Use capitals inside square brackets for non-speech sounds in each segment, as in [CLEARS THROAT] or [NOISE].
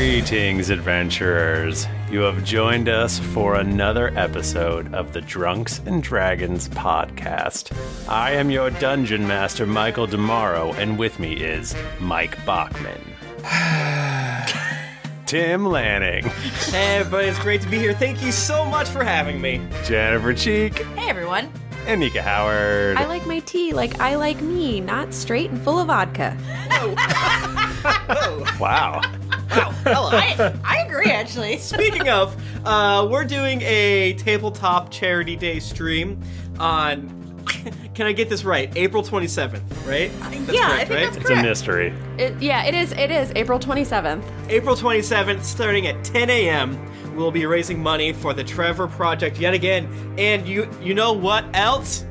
Greetings, adventurers. You have joined us for another episode of the Drunks and Dragons podcast. I am your dungeon master, Michael Demaro, and with me is Mike [SIGHS] Bachman. Tim Lanning, Hey, everybody, it's great to be here. Thank you so much for having me. Jennifer Cheek, Hey everyone. and Nika Howard. I like my tea like I like me, not straight and full of vodka. [LAUGHS] Oh. wow. I, I agree [LAUGHS] actually. Speaking of, uh, we're doing a tabletop charity day stream on. [LAUGHS] Can I get this right? April 27th, right? That's Uh, yeah, I think correct, right? that's It's a mystery. It, yeah, it is it is April 27th. April 27th, starting at 10 a.m. We'll be raising money for the Trevor Project yet again. And you you know what else?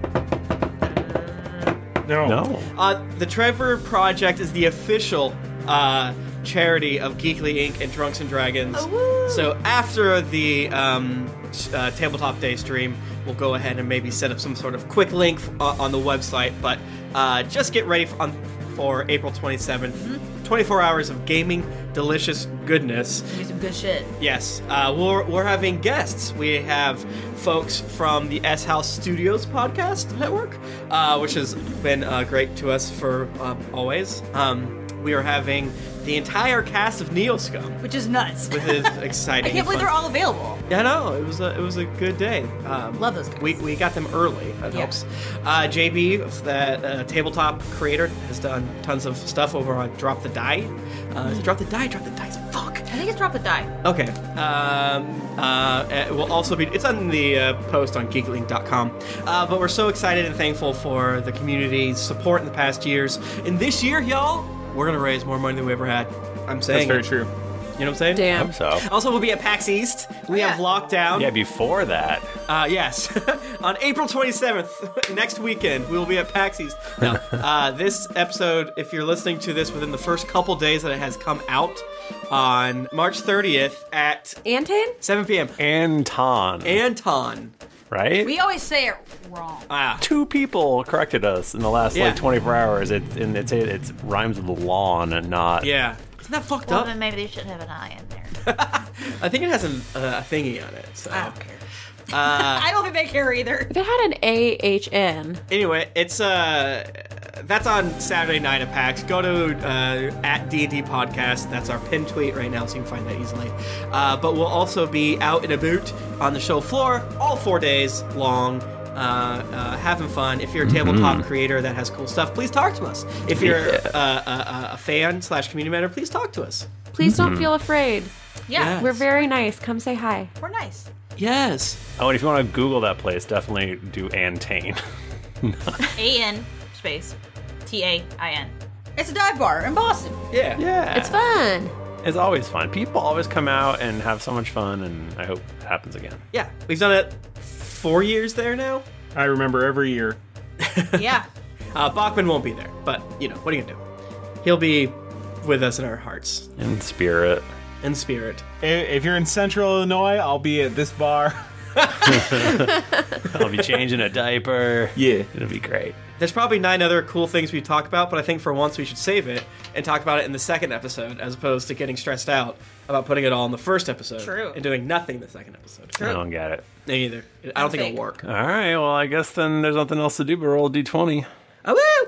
No. No. Uh, the Trevor Project is the official uh, charity of Geekly Inc. and Drunks and Dragons. Oh, woo. So after the um, s- uh, tabletop day stream, we'll go ahead and maybe set up some sort of quick link f- uh, on the website. But uh, just get ready for, on, for April 27th. Mm-hmm. 24 hours of gaming, delicious goodness. Do some good shit. Yes, uh, we're, we're having guests. We have folks from the S House Studios podcast network, uh, which has been uh, great to us for um, always. Um, we are having the entire cast of Neoscum, Which is nuts. which is [LAUGHS] exciting. I can't believe and fun. they're all available. Yeah, no, it was a it was a good day. Um, Love those guys. We, we got them early. That Yeah. helps. Uh, JB, that uh, tabletop creator, has done tons of stuff over on Drop the Die. Uh, is it Drop the Die? Drop the Die's fuck. I think it's drop the die. Okay. Um, uh, it will also be. It's on the uh, post on geeklink.com. Uh, but we're so excited and thankful for the community's support in the past years. And this year, y'all, we're gonna raise more money than we ever had. I'm That's saying. very it. true. You know what I'm saying? I hope Damn. so. Also, we'll be at PAX East. We have Yeah. lockdown. Yeah, before that, Uh, yes, [LAUGHS] on April 27th, [LAUGHS] next weekend, we will be at PAX East. [LAUGHS] Now, uh, this episode, if you're listening to this within the first couple days that it has come out, on March 30th at Anton? 7 p.m. Anton, Anton. right? We always say it wrong. Ah, two people corrected us in the last Yeah. like 24 hours. It and it's it it's rhymes with lawn and not. yeah. Isn't that fucked Well, up? then maybe they should have an eye in there. I think it has a, a thingy on it. So. I [LAUGHS] don't care. Uh, [LAUGHS] I don't think they care either. If it had an A H N. Anyway, it's uh, that's on Saturday night at PAX. Go to uh, at D D podcast. That's our pin tweet right now, so you can find that easily. Uh, but we'll also be out in a boot on the show floor all four days long. Uh, uh, having fun. If you're a tabletop creator that has cool stuff, please talk to us. If you're uh, a, a, a fan slash community member, please talk to us. Please don't feel afraid. Yeah, We're very nice. Come say hi. we're nice. Yes. Oh, and if you want to Google that place, definitely do Antane. A N space T A I N. It's a dive bar in Boston. [LAUGHS] Yeah. Yeah, It's fun. It's always fun. People always come out and have so much fun, and I hope it happens again. Yeah. We've done it four years there now. I remember every year. [LAUGHS] Yeah. Uh, Bachman won't be there, but you know what are you gonna do? He'll be with us in our hearts In spirit. and spirit. I- If you're in Central Illinois, I'll be at this bar. [LAUGHS] I'll be changing a [LAUGHS] diaper. Yeah. It'll be great. There's probably nine other cool things we talk about, but I think for once we should save it and talk about it in the second episode, as opposed to getting stressed out about putting it all in the first episode True. and doing nothing the second episode. I don't get it. Me either. I don't think it'll Fake. work. All right, well, I guess then there's nothing else to do but roll d20. Oh, woo!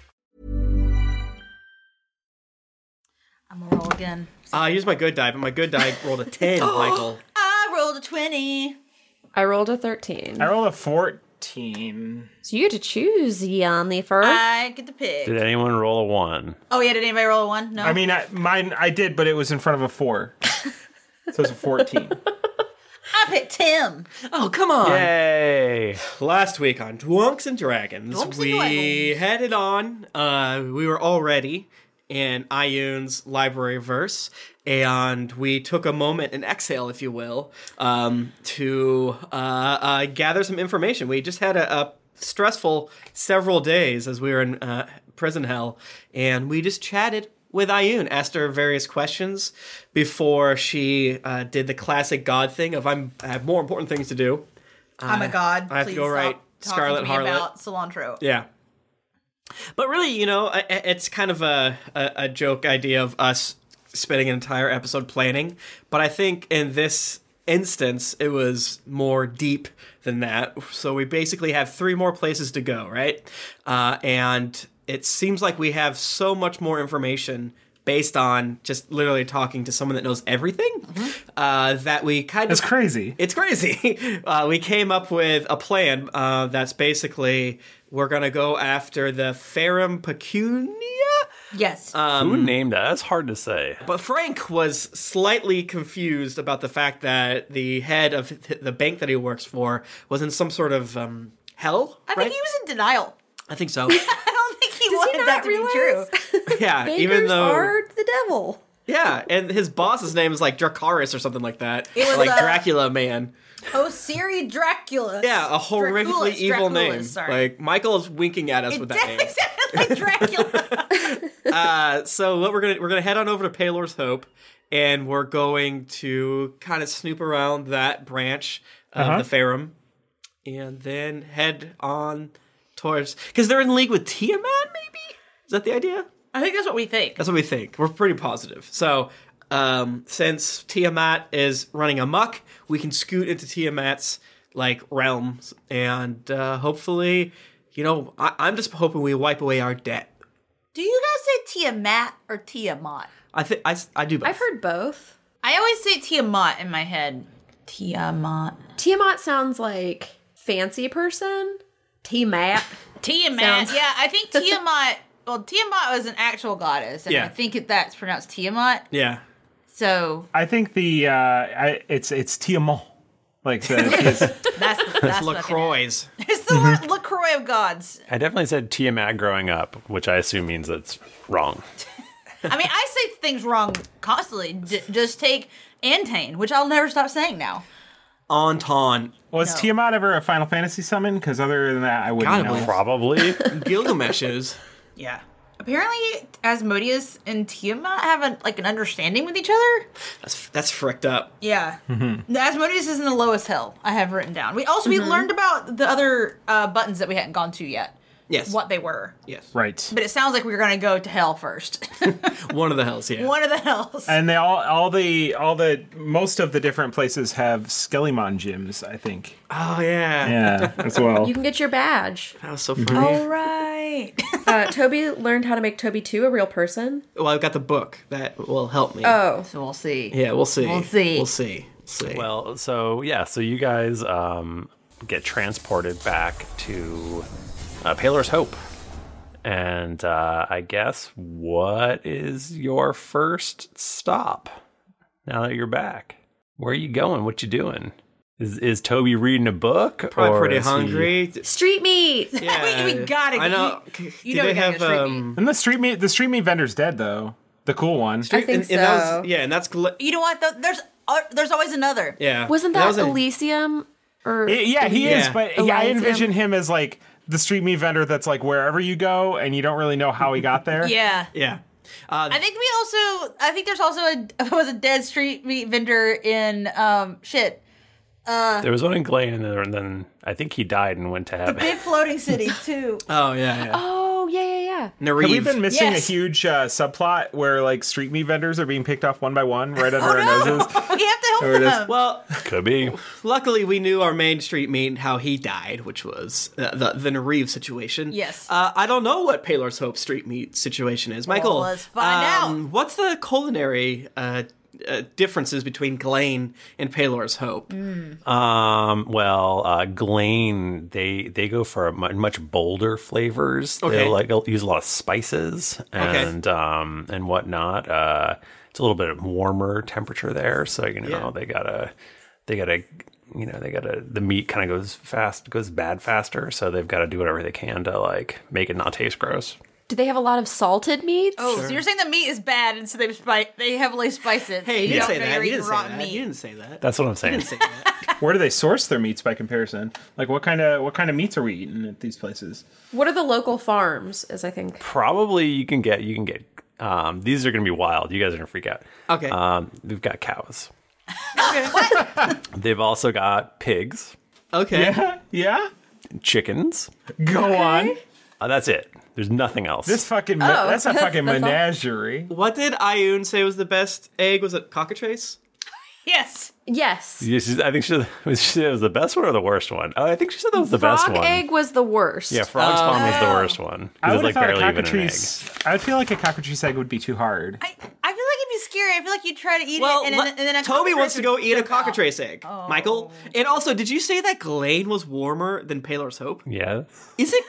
I'm gonna roll again. Uh, I used my good die, but my good die rolled a 10, Michael. I rolled a 20. I rolled a 13. I rolled a 14. So you get to choose, Yanlifer. I get the pick. Did anyone roll a one? Oh, yeah, did anybody roll a 1? No. I mean, I, mine, I did, but it was in front of a four. so it's a 14. I picked Tim. Oh, come on. Yay! Last week on Dwunks and Dragons, Dwunks and we Dragons. headed on. Uh, we were all ready in Ioun's library verse, and we took a moment, an exhale, if you will, um, to uh, uh, gather some information. We just had a, a stressful several days as we were in uh, prison hell, and we just chatted with Ioun, asked her various questions before she uh, did the classic God thing of I'm, I have more important things to do. I'm a Oh god. I have to Please go stop right. talking Scarlet to me Harlot. about cilantro. Yeah. But really, you know, I- I- it's kind of a, a, a joke idea of us spending an entire episode planning. But I think in this instance, it was more deep than that. So we basically have three more places to go, right? Uh, and it seems like we have so much more information based on just literally talking to someone that knows everything uh, that we kind That's of crazy. it's crazy. [LAUGHS] Uh, we came up with a plan uh, that's basically we're gonna go after the Ferrum Pecunia. Yes. Uh, Who named that? That's hard to say. But Frank was slightly confused about the fact that the head of th- the bank that he works for was in some sort of um, hell. I right? think he was in denial. [LAUGHS] I think so. I don't think he Does wanted he that not to realize? be true. [LAUGHS] yeah, Bankers even though are the devil. yeah, and his boss's name is like Dracaris or something like that, It was, like uh, Dracula man. [LAUGHS] Oh, Siri Dracula. Yeah, a horrifically Draculus, evil Draculus, name. Sorry. Like Michael is winking at us it with that name. did sound [LAUGHS] like Dracula. so what we're gonna we're gonna head on over to Paylor's Hope, and we're going to kind of snoop around that branch of the Ferrum, and then head on towards because they're in league with Tiamat. Maybe is that the idea? I think that's what we think. That's what we think. We're pretty positive. So, um, since Tiamat is running amok, we can scoot into Tiamat's like realms, and uh, hopefully, you know, I- I'm just hoping we wipe away our debt. Do you guys say Tiamat or Tiamat? I think I, s- I do. Both. I've heard both. I always say Tiamat in my head. Tiamat. Tiamat sounds like fancy person. Tiamat. Tiamat. Sounds- Yeah, I [LAUGHS] think Tiamat. Well, Tiamat was an actual goddess, and Yeah. I think it, that's pronounced Tiamat. Yeah. [LAUGHS] So I think the, uh, I, it's, it's Tiamat. Like, the, it's- that's that's, that's fucking it. LaCroix's. It's the Mm-hmm. La- Lacroix of gods. I definitely said Tiamat growing up, which I assume means that's wrong. I mean, I say things wrong constantly. J- just take Antane, which I'll never stop saying now. Anton. was Tiamat ever a Final Fantasy summon? Because other than that, I wouldn't Gotta know. believe- Probably. Gilgamesh is. Yeah. Apparently, Asmodeus and Tiamat have a, like an understanding with each other. That's that's fricked up. Yeah. The Asmodeus is in the lowest hell I have written down. We also Mm-hmm. we learned about the other uh, buttons that we hadn't gone to yet, Yes. what they were. Yes. Right. But it sounds like we are gonna go to hell first. [LAUGHS] One of the hells. Yeah. One of the hells. And they all, all the, all the, most of the different places have Skellymon gyms, I think. Oh yeah. [LAUGHS] Yeah, as well. You can get your badge. That was so funny. All right. Uh, Toby learned how to make Toby 2 a real person. Well, I've got the book that will help me. Oh. so we'll see. yeah, we'll see. We'll see. We'll see. We'll see. [LAUGHS] well, so yeah, so you guys um, get transported back to uh, Paler's Hope, And uh, I guess what is your first stop now that you're back? Where are you going? What you doing? Is is Toby reading a book? Probably or pretty is he- hungry. Street meat. Yeah. we, we gotta. I know. You, you Do know they we gotta have, get straight meat. um, And the street meat, the street meat vendor's dead though. The cool one. I think and that was- so. yeah, and that's gl- You know what? though? There's uh, there's always another. yeah. Wasn't that, That was a- Elysium? Or I- yeah, he is, Yeah. but yeah, I Elysium? envision him as like the street meat vendor that's like wherever you go and you don't really know how he got [LAUGHS] there. Yeah. Yeah. I think we also. I think there's also a [LAUGHS] was a dead street meat vendor in um shit. Uh, There was one in Glen, and then- and then I think he died and went to heaven. big floating [LAUGHS] city too. Oh yeah, yeah. Oh yeah, yeah, yeah. Have we been missing Yes. a huge uh, subplot where like street meat vendors are being picked off one by one right under Oh, our [LAUGHS] noses? we have to help There it is. them. Well, Could be. luckily we knew our main street meat and how he died, which was uh, the the Nareev situation. Yes. Uh, I don't know what Paylor's Hope street meat situation is, Michael. let's find out. What's the culinary uh, uh, differences between Glane and Paylor's Hope? Mm. Um, well, uh, Glane they they go for mu- much bolder flavors. Okay. They like they'll use a lot of spices Okay. and um and whatnot. Uh, it's a little bit of warmer temperature there, so you know Yeah. they gotta they gotta you know they gotta the meat kind of goes fast goes bad faster, so they've got to do whatever they can to like make it not taste gross. Do they have a lot of salted meats? Oh, so you're saying the meat is bad, and so they spice, they heavily spice it. so Hey, you you didn't don't say know that. you're You eating didn't say rotten that. meat. You didn't say that. That's what I'm saying. You didn't say that. Where do they source their meats by comparison? Like what kind of what kind of meats are we eating at these places? What are the local farms? As I think. Probably you can get you can get um these are gonna be wild. You guys are gonna freak out. Okay. Um, we've got cows. [LAUGHS] They've also got pigs, okay. Yeah, chickens. go on. Uh, that's it. There's nothing else. This fucking me- that's a fucking menagerie. What did Ayun say was the best egg? Was it cockatrice? Yes. Yes. Yeah, she's- I think she was, she said [LAUGHS] it was the best one or the worst one. Oh, I think she said that was the best Frog one. egg was the worst. Yeah, frog spawn was the Oh. worst one. It I was would like have thought a barely even an egg. cockatrice. I would feel like a cockatrice egg would be too hard. I, I feel like it'd be scary. I feel like you'd try to eat Well, it, and, le- then and then a Toby wants cockroach to go would Oh. eat a jump out. cockatrice egg. Michael, and also, did you say that Glane was warmer than Paylor's Hope? Yeah. Is it?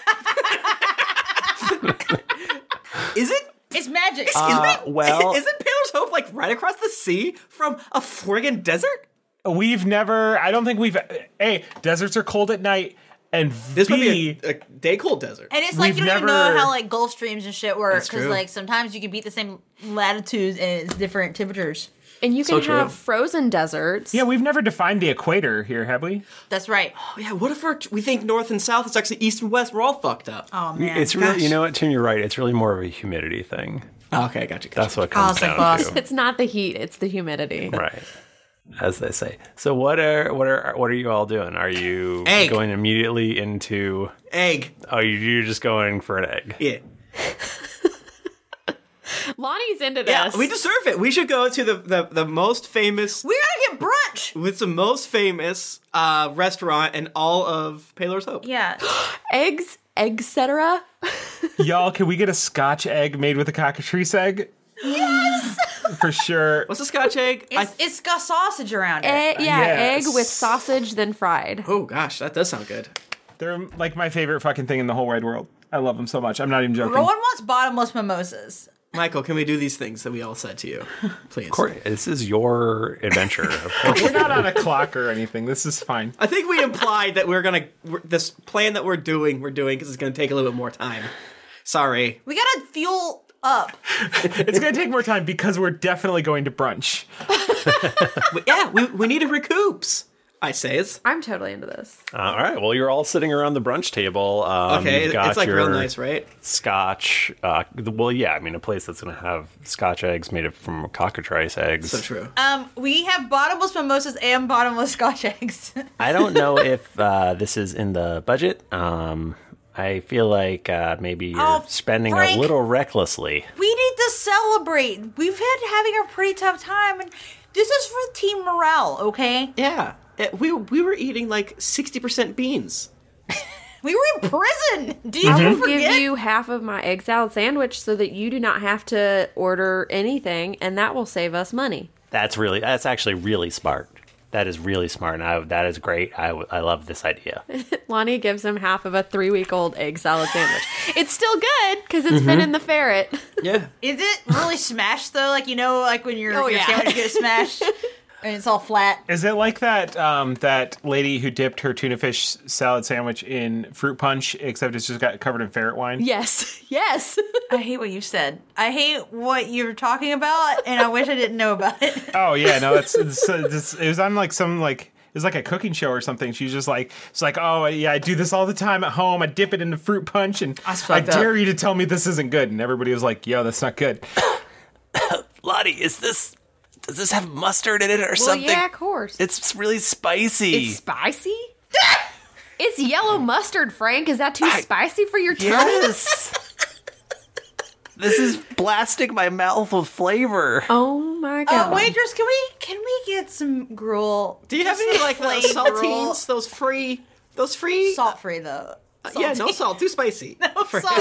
is it? It's magic. Uh, Isn't it- well, [LAUGHS] isn't Paylor's Hope like right across the sea from a friggin' desert? We've never. I don't think we've. A. Deserts are cold at night, and This would B. be a, a day cold desert. and it's like we've you don't even never- know how like Gulf streams and shit work That's because true. like sometimes you can beat the same latitudes and it's different temperatures. And you can So true. have frozen deserts. yeah, we've never defined the equator here, have we? That's right. Oh, yeah, what if we're, we think north and south is actually east and west? We're all fucked up. Oh man, It's really, you know what, Tim, you're right. It's really more of a humidity thing. Oh, okay, gotcha. gotcha. That's what it comes Awesome, down boss. to. It's not the heat; it's the humidity. Right. [LAUGHS] As they say. So what are what are what are you all doing? Are you Egg. going immediately into Egg. Oh, you- you're just going for an egg. Yeah. Lonnie's into Yeah, this. we deserve it. We should go to the, the, the most famous we gotta get brunch. with the most famous uh, restaurant in all of Paylor's Hope. [GASPS] Yeah, eggs, etc. Y'all, can we get a Scotch egg made with a cockatrice egg? Yes, for sure. What's a Scotch egg? I- it's, it's got sausage around it. Eh, Yeah, Yes. egg with sausage then fried. oh gosh, that does sound good. They're like my favorite fucking thing in the whole wide world. I love them so much. I'm not even joking. Rowan wants bottomless mimosas. Michael, can we do these things that we all said [LAUGHS] to you, please? Courtney, this is your adventure. [LAUGHS] Of course. We're not on a clock or anything. This is fine. I think we implied that we're gonna we're, this plan that we're doing. We're doing because it's gonna take a little bit more time. Sorry. We gotta fuel up. It's gonna take more time because we're definitely going to brunch. We- yeah, we we need to recoups. I says. I'm totally into this. Uh, all right. Well, you're all sitting around the brunch table. Um, Okay, you've it- got it's like real your nice, right? Scotch. Uh, the- well, yeah. I mean, a place that's going to have Scotch eggs made of from cockatrice eggs. So true. Um, we have bottomless mimosas and bottomless [LAUGHS] scotch eggs. I don't know if uh, this is in the budget. Um, I feel like uh, maybe you're Oh, spending Frank. a little recklessly. we need to celebrate. We've had having a pretty tough time, and this is for team morale. Okay, Yeah, It- we we were eating like sixty percent beans. we were in prison. Do Mm-hmm. you I will forget? give you half of my egg salad sandwich so that you do not have to order anything, and that will save us money. That's really. That's actually really smart. That is really smart, and I, that is great. I, I love [LAUGHS] this idea. Lonnie gives him half of a three week old egg salad sandwich. it's still good because it's been Mhm. in the ferret. Yeah. Is it really smashed though? Like you know, like when your, Oh, your yeah. sandwich [LAUGHS] gets smashed and it's all flat. Is it like that um, that lady who dipped her tuna fish salad sandwich in fruit punch, except it's just got covered in ferret wine? Yes. [LAUGHS] Yes. I hate what you said. I hate what you're talking about, and I wish I didn't know about it. Oh yeah, no, that's it's, it's, it was on like some like it was like a cooking show or something. She's just like it's like oh yeah, I do this all the time at home. I dip it into fruit punch, and I fucked up. dare you to tell me this isn't good. And everybody was like, yo, that's not good. Lottie, is this does this have mustard in it or Well, something? yeah, of course. It's really spicy. It's [LAUGHS] spicy? it's yellow mustard, Frank. Is that too spicy for your tongue? Yes. [LAUGHS] this is blasting my mouth with flavor. Oh my Uh, god. waitress, can we can we get some gruel? Do you have Just any like those plain gruel? saltines? Those free, those free, salt free though. Uh, yeah, no salt, too spicy. [LAUGHS] No salt,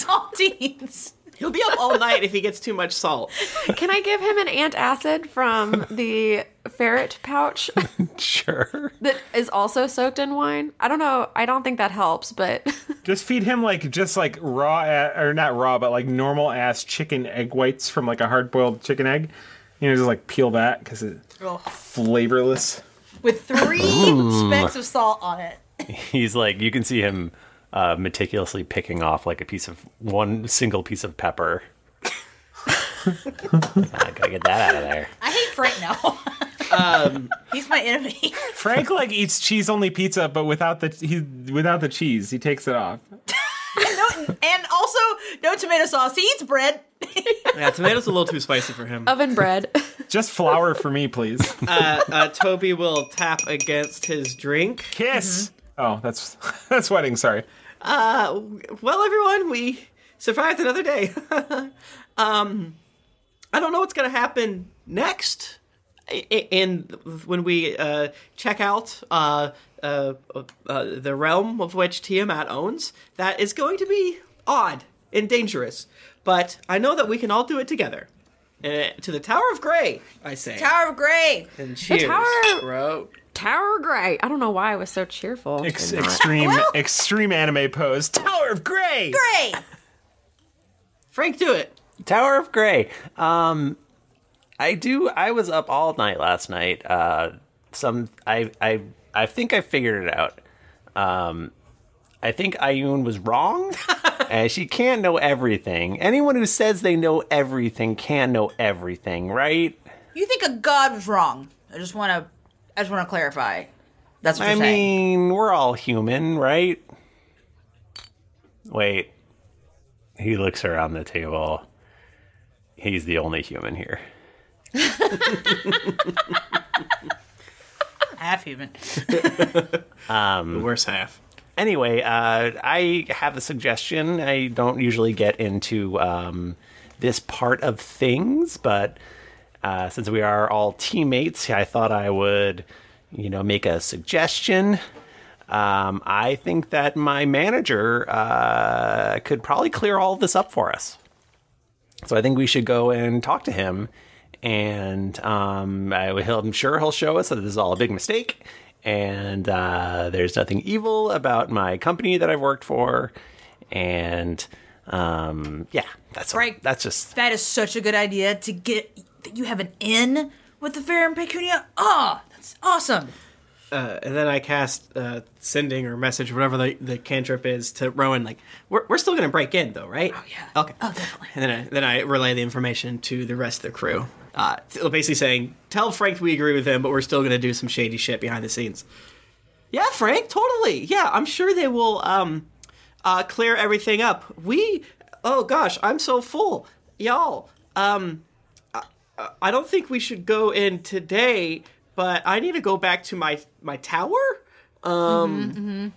saltines. He'll be up all night if he gets too much salt. Can I give him an antacid [LAUGHS] from the ferret pouch [LAUGHS] sure. that is also soaked in wine? I don't know. I don't think that helps, but [LAUGHS] Just feed him like just like raw a- or not raw, but like normal ass chicken egg whites from like a hard boiled chicken egg. You know, just like peel that because it's flavorless. With three Ooh. specks of salt on it. He's like you can see him uh, meticulously picking off like a piece of one single piece of pepper. [LAUGHS] I gotta get that out of there. I hate Frank now. [LAUGHS] Um, He's my enemy. Frank like eats cheese only pizza, but without the he without the cheese, he takes it off. and also no tomato sauce. He eats bread. [LAUGHS] Yeah, tomatoes a little too spicy for Oh. him. Oven bread. [LAUGHS] Just flour for me, please. [LAUGHS] Uh, uh, Toby will tap against his drink. Kiss. Mm-hmm. Oh, that's [LAUGHS] that's wedding. Sorry. Uh, well, everyone, we survived another day. [LAUGHS] um, I don't know what's gonna happen next, I- I- and when we uh, check out uh, uh, uh, the realm of which Tiamat owns, that is going to be odd and dangerous. But I know that we can all do it together. Uh, to the Tower of Grey, I say. Tower of Grey. and cheers, The Tower- bro. Tower Grey. I don't know why I was so cheerful. Ex- Did not. extreme extreme anime pose. Tower of Grey. Grey. Frank, do it. Tower of Grey. Um, I do. I was up all night last night. Uh, some. I. I. I think I figured it out. Um, I think Ayun was wrong. and she can't know everything. Anyone who says they know everything can know everything, right? You think a god was wrong? I just want to. I just want to clarify. That's what I you're saying. mean, we're all human, right? Wait. He looks around the table. He's the only human here. Half human. Um, the worst half. Anyway, uh, I have a suggestion. I don't usually get into um, this part of things, but uh, since we are all teammates, I thought I would, you know, make a suggestion. Um, I think that my manager uh, could probably clear all this up for us. So I think we should go and talk to him, and um, I, he'll, I'm sure he'll show us that this is all a big mistake, and uh, there's nothing evil about my company that I've worked for, and um, yeah, that's Frank. That's just That is such a good idea to get. That you have an in with the fair and pecunia. Ah, that's awesome. uh, and then I cast uh, sending or message, whatever the, the cantrip is, to Rowan. Like, we're, we're still gonna break in though, right? Oh yeah. Okay. Oh definitely. And then I, then I relay the information to the rest of the crew, uh, t- basically saying, "Tell Frank we agree with him, but we're still gonna do some shady shit behind the scenes." Yeah, Frank, totally. Yeah, I'm sure they will um, uh, clear everything up. We, oh gosh, I'm so full, y'all. Um, I, I don't think we should go in today, but I need to go back to my my tower. Um,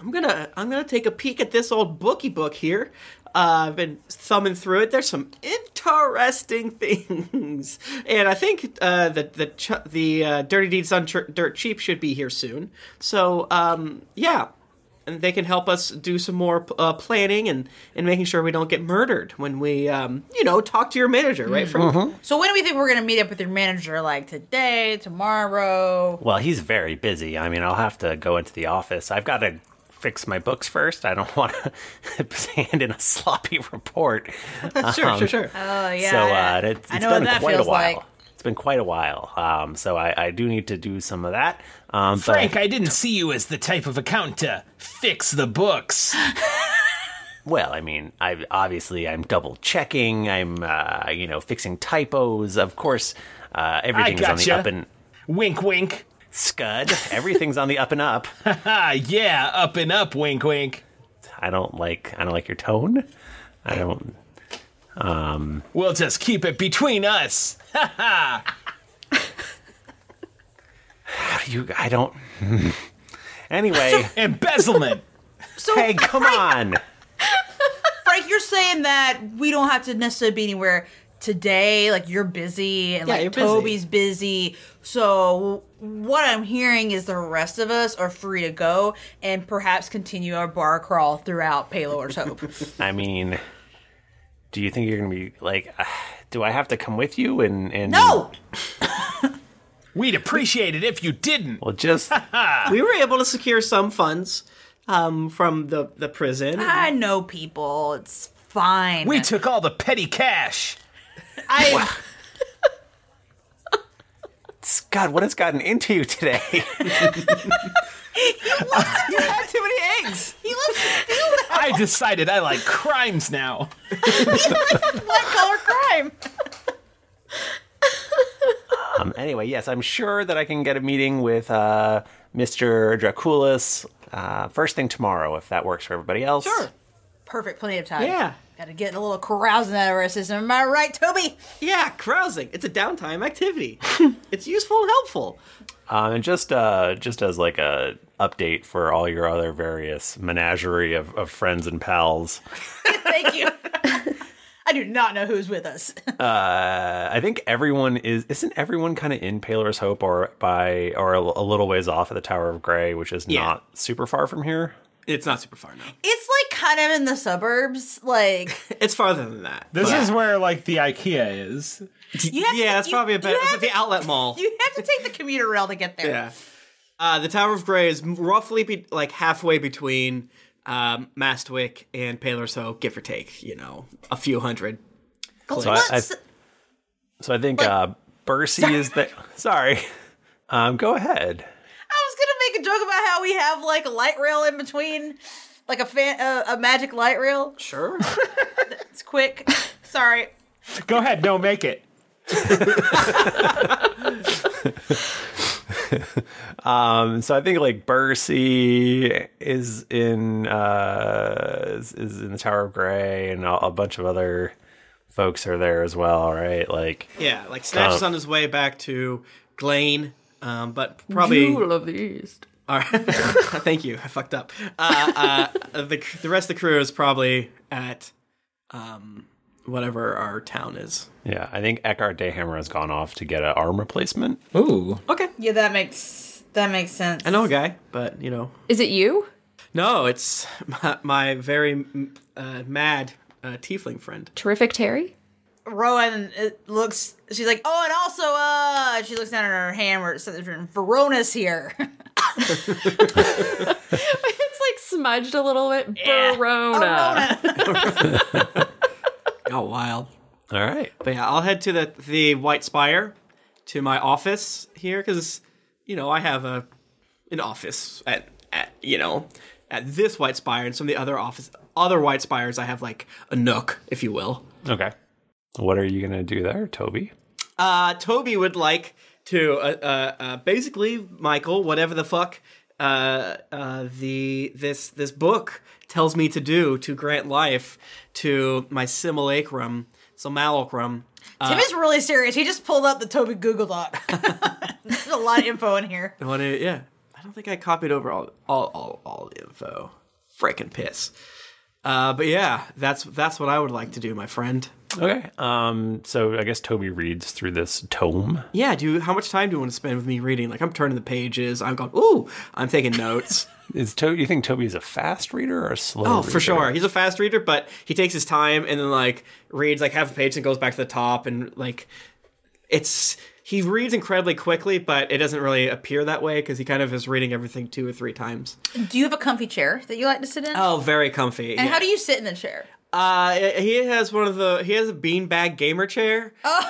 I'm gonna I'm gonna take a peek at this old bookie book here. Uh, I've been thumbing through it. There's some interesting [LAUGHS] things, and I think uh, the the ch- the uh, Dirty Deeds on Tr- Dirt Cheap should be here soon. So um, yeah, and they can help us do some more uh, planning and, and making sure we don't get murdered when we, um, you know, talk to your manager, right? From Mhm. So when do we think we're gonna meet up with your manager? Like today, tomorrow? Well, he's very busy. I mean, I'll have to go into the office. I've got to fix my books first. I don't [LAUGHS] want to hand in a sloppy [LAUGHS] report. [LAUGHS] sure, Um, sure, sure. Oh yeah. so yeah. uh, it's, I it's know what been that quite a feels while. like. It's been quite a while. Um, so I, I do need to do some of that. Um, Frank, but, I didn't see you as the type of accountant to fix the [GASPS] books. well, I mean, I obviously I'm double checking. I'm uh, you know fixing typos. Of course, uh, everything's on the gotcha. up and wink, wink. Scud. Everything's on the up and up. Ah, yeah, up and up. Wink, wink. I don't like I don't like your tone. I don't. Um, We'll just keep it between us. Ha ha. how do you? I don't. [LAUGHS] anyway, [LAUGHS] embezzlement. So [LAUGHS] hey, come on. Frank, you're saying that we don't have to necessarily be anywhere today. Like you're busy, and Yeah, like you're busy. Toby's busy. So what I'm hearing is the rest of us are free to go and perhaps continue our bar crawl throughout [LAUGHS] Paylor's Hope. I mean, do you think you're gonna be like? [SIGHS] Uh, do I have to come with you? And and No! We'd appreciate it if you didn't. Well, just we were able to secure some funds um, from the, the prison. I know people. It's fine. We took all the petty cash. I [LAUGHS] God, what has gotten into you today? [LAUGHS] you had too many eggs. He loves to do that. I decided I like crimes now. Black collar crime. um, anyway, yes, I'm sure that I can get a meeting with uh, Mr. Draculis uh, first thing tomorrow, if that works for everybody else. Sure. Perfect, plenty of time. Yeah. Gotta get a little carousing out of our system. Am I right, Toby? Yeah, carousing. It's a downtime activity. it's useful and helpful. Um, and just uh, just as like a update for all your other various menagerie of, of friends and pals, [LAUGHS] Thank you. I do not know who's with us. uh, I think everyone is isn't everyone kind of in Paler's Hope or by or a, a little ways off of the Tower of Gray, which is Yeah. not super far from here. It's not super far now. It's like kind of in the suburbs. Like [LAUGHS] It's farther than that. This but- is where like the IKEA is. yeah, that's probably a bit. It's at the outlet mall. you have to take the commuter rail to get there. Yeah. Uh, the Tower of Grey is roughly be- like halfway between um, Mastwick and Paler's Hope, give or take, you know, a few hundred. So I, I, so I think uh, Bercy is the [LAUGHS] sorry. Um, go ahead. I was gonna make a joke about how we have like a light rail in between, like a fan, uh, a magic light rail. Sure. [LAUGHS] it's quick. Sorry. Go ahead, no, make it. Um, so I think like Bercy is in uh, is, is in the Tower of Gray, and a, a bunch of other folks are there as well, right? Like Yeah, like Snatch is Um, on his way back to Glane, um, but probably Jewel of the East. All right, [LAUGHS] thank you. I fucked up. Uh, uh, the the rest of the crew is probably at um, whatever our town is. Yeah, I think Eckhart Dayhammer has gone off to get an arm replacement. Ooh. Okay. Yeah, that makes that makes sense. I know a guy, but you know, Is it you? no, it's [LAUGHS] my, my very mm, uh, mad uh, tiefling friend. Terrific Terry? Rowan it looks. She's like, oh, and also, uh, she looks down at her hand where it says Verona's here. [LAUGHS] [LAUGHS] it's like smudged a little bit. Yeah. Barona. Oh, wild! All right, but yeah, I'll head to the the White Spire to my office here because you know I have a an office at at you know at this White Spire and some of the other office other White Spires I have like a nook, if you will. Okay, what are you gonna do there, Toby? Uh, Toby would like to uh, uh, uh, basically Michael, whatever the fuck uh, uh, the this this book tells me to do to grant life to my simulacrum, simulacrum. Uh, Tim is really serious. He just pulled up the Toby Google Doc. [LAUGHS] There's a lot of info in here. What it, yeah. I don't think I copied over all all all, all the info. Freaking piss. Uh, but yeah, that's that's what I would like to do, my friend. Okay. Um, so I guess Toby reads through this tome. Yeah, do you- how much time do you want to spend with me reading? Like I'm turning the pages, I'm going, ooh, I'm taking notes. Is to- you think Toby is a fast reader or a slow? Oh, reader? for sure. He's a fast reader, but he takes his time and then like reads like half a page and goes back to the top and like it's he reads incredibly quickly, but it doesn't really appear that way because he kind of is reading everything two or three times. [LAUGHS] Do you have a comfy chair that you like to sit in? Oh, very comfy. and how do you sit in the chair? Uh, he has one of the he has a beanbag gamer chair. Oh.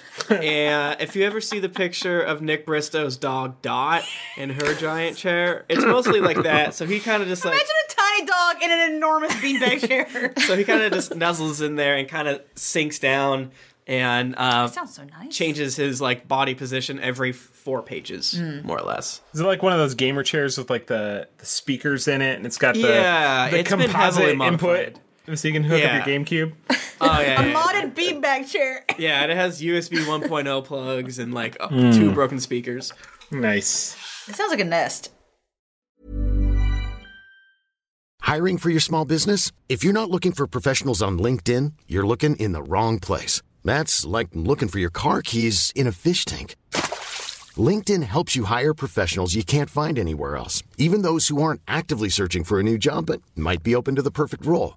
[LAUGHS] Um, and if you ever see the picture of Nick Bristow's dog Dot in her giant chair, it's mostly like that. So he kind of just like Imagine a tiny dog in an [LAUGHS] enormous beanbag chair. [LAUGHS] so he kind of just nuzzles in there and kind of sinks down and uh, That sounds so nice. changes his like body position every four pages, more or less. Is it like one of those gamer chairs with like the, the speakers in it, and it's got the Yeah, the it's been heavily composite input, modified. so you can hook Yeah. up your GameCube? Oh yeah, A yeah, yeah. modded beanbag chair. [LAUGHS] Yeah, and it has USB 1.0 plugs and like uh, Hmm. two broken speakers. Nice. [LAUGHS] It sounds like a nest. Hiring for your small business? If you're not looking for professionals on LinkedIn, you're looking in the wrong place. That's like looking for your car keys in a fish tank. LinkedIn helps you hire professionals you can't find anywhere else, even those who aren't actively searching for a new job but might be open to the perfect role.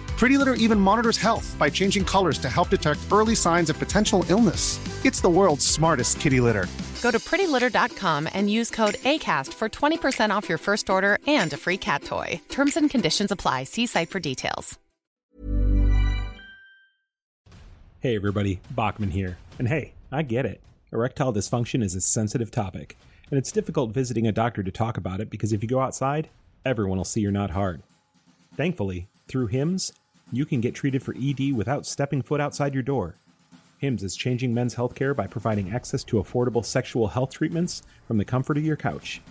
Pretty Litter even monitors health by changing colors to help detect early signs of potential illness. It's the world's smartest kitty litter. Go to prettylitter.com and use code ACAST for 20% off your first order and a free cat toy. Terms and conditions apply. See site for details. Hey, everybody, Bachman here. And hey, I get it. Erectile dysfunction is a sensitive topic, and it's difficult visiting a doctor to talk about it because if you go outside, everyone will see you're not hard. Thankfully, through HIMS, you can get treated for ED without stepping foot outside your door. HIMS is changing men's healthcare by providing access to affordable sexual health treatments from the comfort of your couch.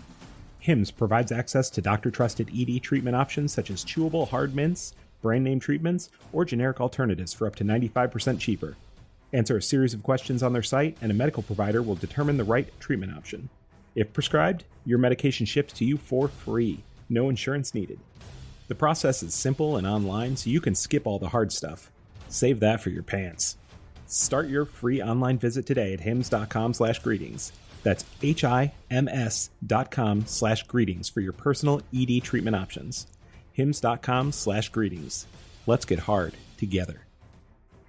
HIMS provides access to doctor trusted ED treatment options such as chewable hard mints, brand name treatments, or generic alternatives for up to 95% cheaper. Answer a series of questions on their site, and a medical provider will determine the right treatment option. If prescribed, your medication ships to you for free, no insurance needed. The process is simple and online, so you can skip all the hard stuff. Save that for your pants. Start your free online visit today at hims.com slash greetings. That's H-I-M-S dot com slash greetings for your personal ED treatment options. hims.com slash greetings. Let's get hard together.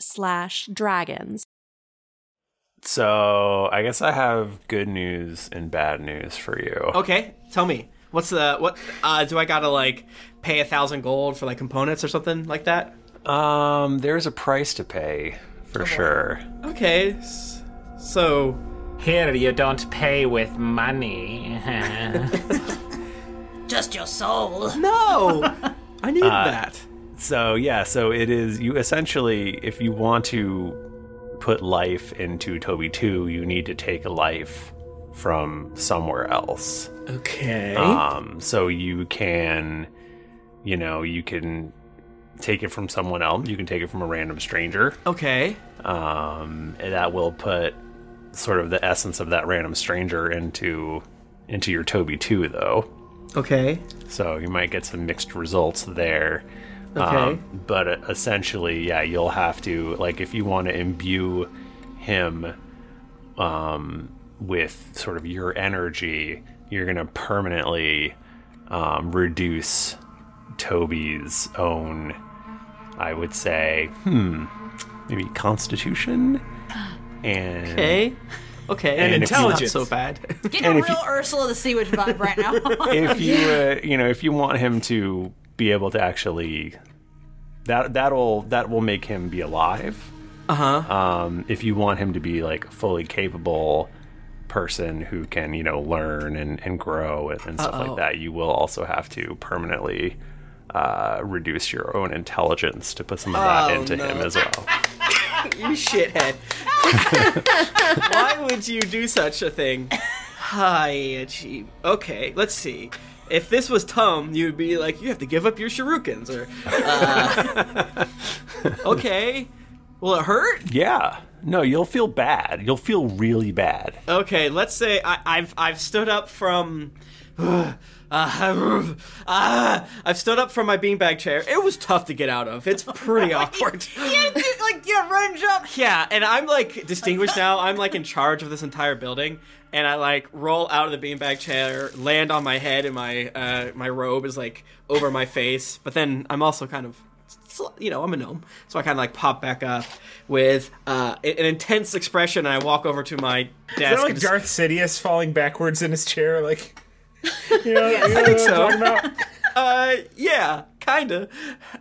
slash dragons. So I guess I have good news and bad news for you. Okay, tell me. What's the what uh do I gotta like pay a thousand gold for like components or something like that? Um, there's a price to pay for sure. Okay. s- So [LAUGHS] here you don't pay with money. Just your soul. [LAUGHS] No! I need Uh, that. So yeah, so it is you essentially if you want to put life into Toby 2, you need to take life from somewhere else. Okay. Um so you can you know, you can take it from someone else, you can take it from a random stranger. Okay. Um and that will put sort of the essence of that random stranger into into your Toby 2 though. Okay. So you might get some mixed results there. Um, Okay. but uh, essentially, yeah, you'll have to like if you want to imbue him um, with sort of your energy, you're gonna permanently um, reduce Toby's own. I would say, hmm, maybe constitution and [GASPS] [LAUGHS] Okay. Okay. And it's not intelligence. so bad. Getting And a if real Ursula the Sea Witch vibe right now. [LAUGHS] if you uh, you know if you want him to be able to actually that that'll that will make him be alive Uh-huh. um if you want him to be like a fully capable person who can you know learn and and grow and, and stuff Uh-oh. like that you will also have to permanently uh reduce your own intelligence to put some of that Oh, into no. him as well [LAUGHS] you shithead. [LAUGHS] Why would you do such a thing? Hi, Ichi. Okay, let's see. If this was Tom, you'd be like, you have to give up your shurikens, or. Uh, [LAUGHS] okay. Will it hurt? yeah no you'll feel bad you'll feel really bad Okay, let's say I, I've I've stood up from. Uh, [LAUGHS] uh, I've stood up from my beanbag chair. It was tough to get out of. It's [LAUGHS] pretty awkward. yeah, dude, like yeah, run and jump. Yeah, and I'm like distinguished now. I'm like in charge of this entire building, and I like roll out of the beanbag chair, land on my head, and my uh, my robe is like over my face. But then I'm also kind of, sl- you know, I'm a gnome, so I kind of like pop back up with uh, a- an intense expression, and I walk over to my Is that desk. like and just- Darth Sidious falling backwards in his chair? Like, [LAUGHS] you know, you know I think what I'm so. talking about? uh, yeah, kinda.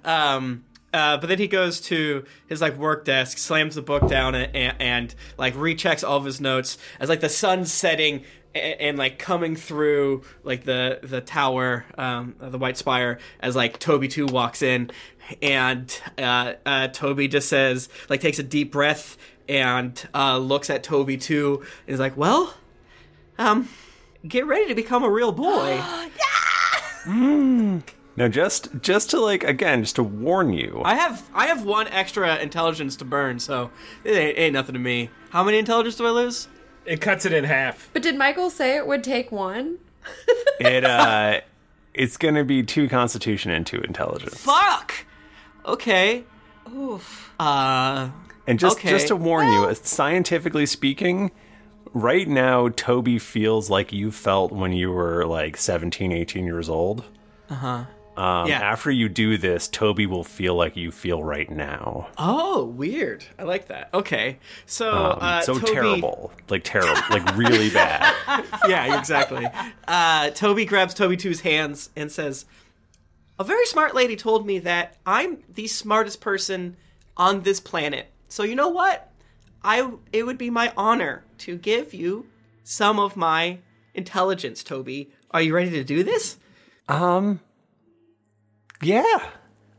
Um, uh, but then he goes to his like work desk, slams the book down, and, and, and like rechecks all of his notes as like the sun's setting and, and like coming through like the the tower, um, of the white spire, as like Toby two walks in, and uh, uh, Toby just says like takes a deep breath and uh, looks at Toby two and is like, well, um, get ready to become a real boy. [GASPS] now just just to like again just to warn you I have I have one extra intelligence to burn, so it ain't, ain't nothing to me. How many intelligence do I lose? It cuts it in half. But did Michael say it would take one? It uh, it's gonna be two Constitution and two Intelligence. Fuck. Okay. Oof. Uh, And just okay. just to warn you, scientifically speaking, right now Toby feels like you felt when you were like 17, 18 years old. Uh huh. Um, Yeah. After you do this, Toby will feel like you feel right now. Oh, weird. I like that. Okay. So Um, uh, so Toby- terrible, like terrible, like really bad. [LAUGHS] yeah, exactly. Uh, Toby grabs Toby Two's hands and says, "A very smart lady told me that I'm the smartest person on this planet. So you know what? I it would be my honor to give you some of my intelligence, Toby. Are you ready to do this? Um, yeah,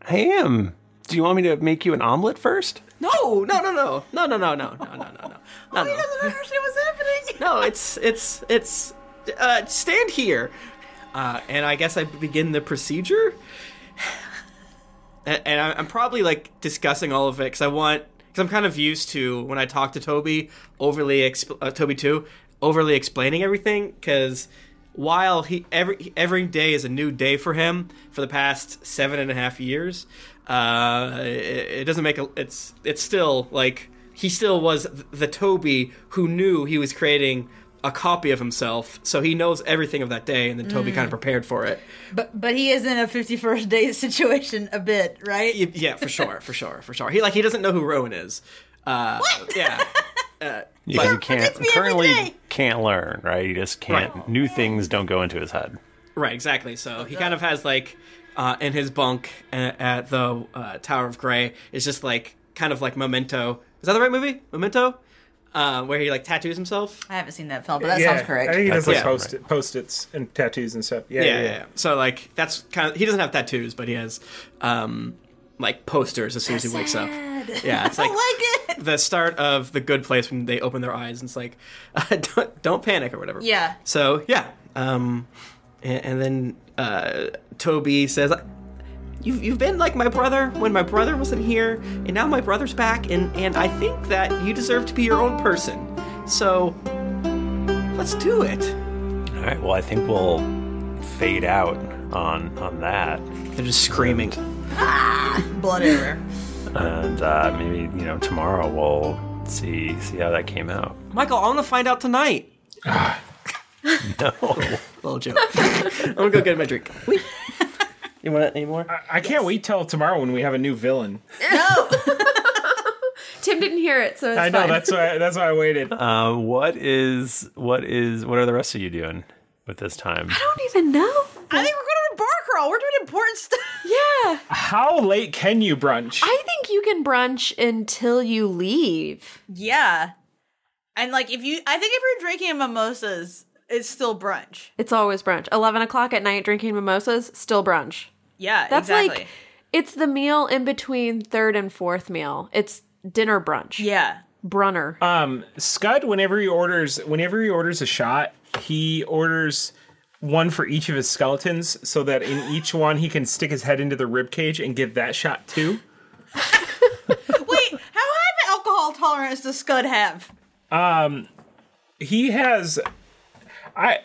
I am. Do you want me to make you an omelet first? No, no, no, no, no, no, no, no, no, no, no, no. no. He doesn't understand what's happening. No, it's it's it's uh, stand here, uh, and I guess I begin the procedure. And, and I- I'm probably like discussing all of it because I want because I'm kind of used to when I talk to Toby overly exp- uh, Toby too overly explaining everything because while he every every day is a new day for him for the past seven and a half years, uh, it, it doesn't make a it's it's still like he still was the Toby who knew he was creating a copy of himself, so he knows everything of that day, and then Toby Mm. kind of prepared for it. But but he is in a fifty first date situation a bit, right? Y- Yeah, for sure, for sure, for sure. He like he doesn't know who Rowan is. Uh, what? Yeah. Uh, Yeah, 'cause you can't currently can't learn, right? You just can't. New things don't go into his head. Right, exactly. So he kind of has like uh, in his bunk a- at the uh, Tower of Gray is just like kind of like Memento. Is that the right movie? Memento. uh, where he like tattoos himself. I haven't seen that film, but that sounds correct. I think he does like Yeah. post it, post its and tattoos and stuff. Yeah, Yeah, yeah, yeah. So like that's kind of he doesn't have tattoos, but he has um like posters as soon as he wakes up. Yeah, it's like, the start of the good place when they open their eyes and it's like [LAUGHS] don't don't panic or whatever. Yeah. So yeah, um, and, and then uh, Toby says, "You've you've been like my brother when my brother wasn't here, and now my brother's back, and and I think that you deserve to be your own person. So let's do it." All right. Well, I think we'll fade out on on that. They're just screaming. Blood everywhere. and uh, maybe you know tomorrow we'll see see how that came out. [LAUGHS] Michael, I want to find out tonight. No, little [LAUGHS] joke. I'm gonna go get my drink. [LAUGHS] You want any more? I, I can't wait till tomorrow when we have a new villain. Tim didn't hear it, so it's I know fine. that's why that's why I waited. Uh, what is what is what are the rest of you doing with this time? I don't even know. [LAUGHS] I think we're going to bar crawl. We're doing important stuff. Yeah. [LAUGHS] How late can you brunch? I think you can brunch until you leave. [LAUGHS] Yeah. And like if you I think if you're drinking mimosas, it's still brunch. It's always brunch. 11 o'clock at night, drinking mimosas, still brunch. Yeah, That's exactly. like, it's the meal in between third and fourth meal. It's dinner brunch. Yeah. Brunner. Um, Scud, whenever he orders, whenever he orders a shot, he orders one for each of his skeletons, so that in each one he can stick his head into the rib cage and give that shot too. Wait, how high of an alcohol tolerance does Scud have? Um, he has, I,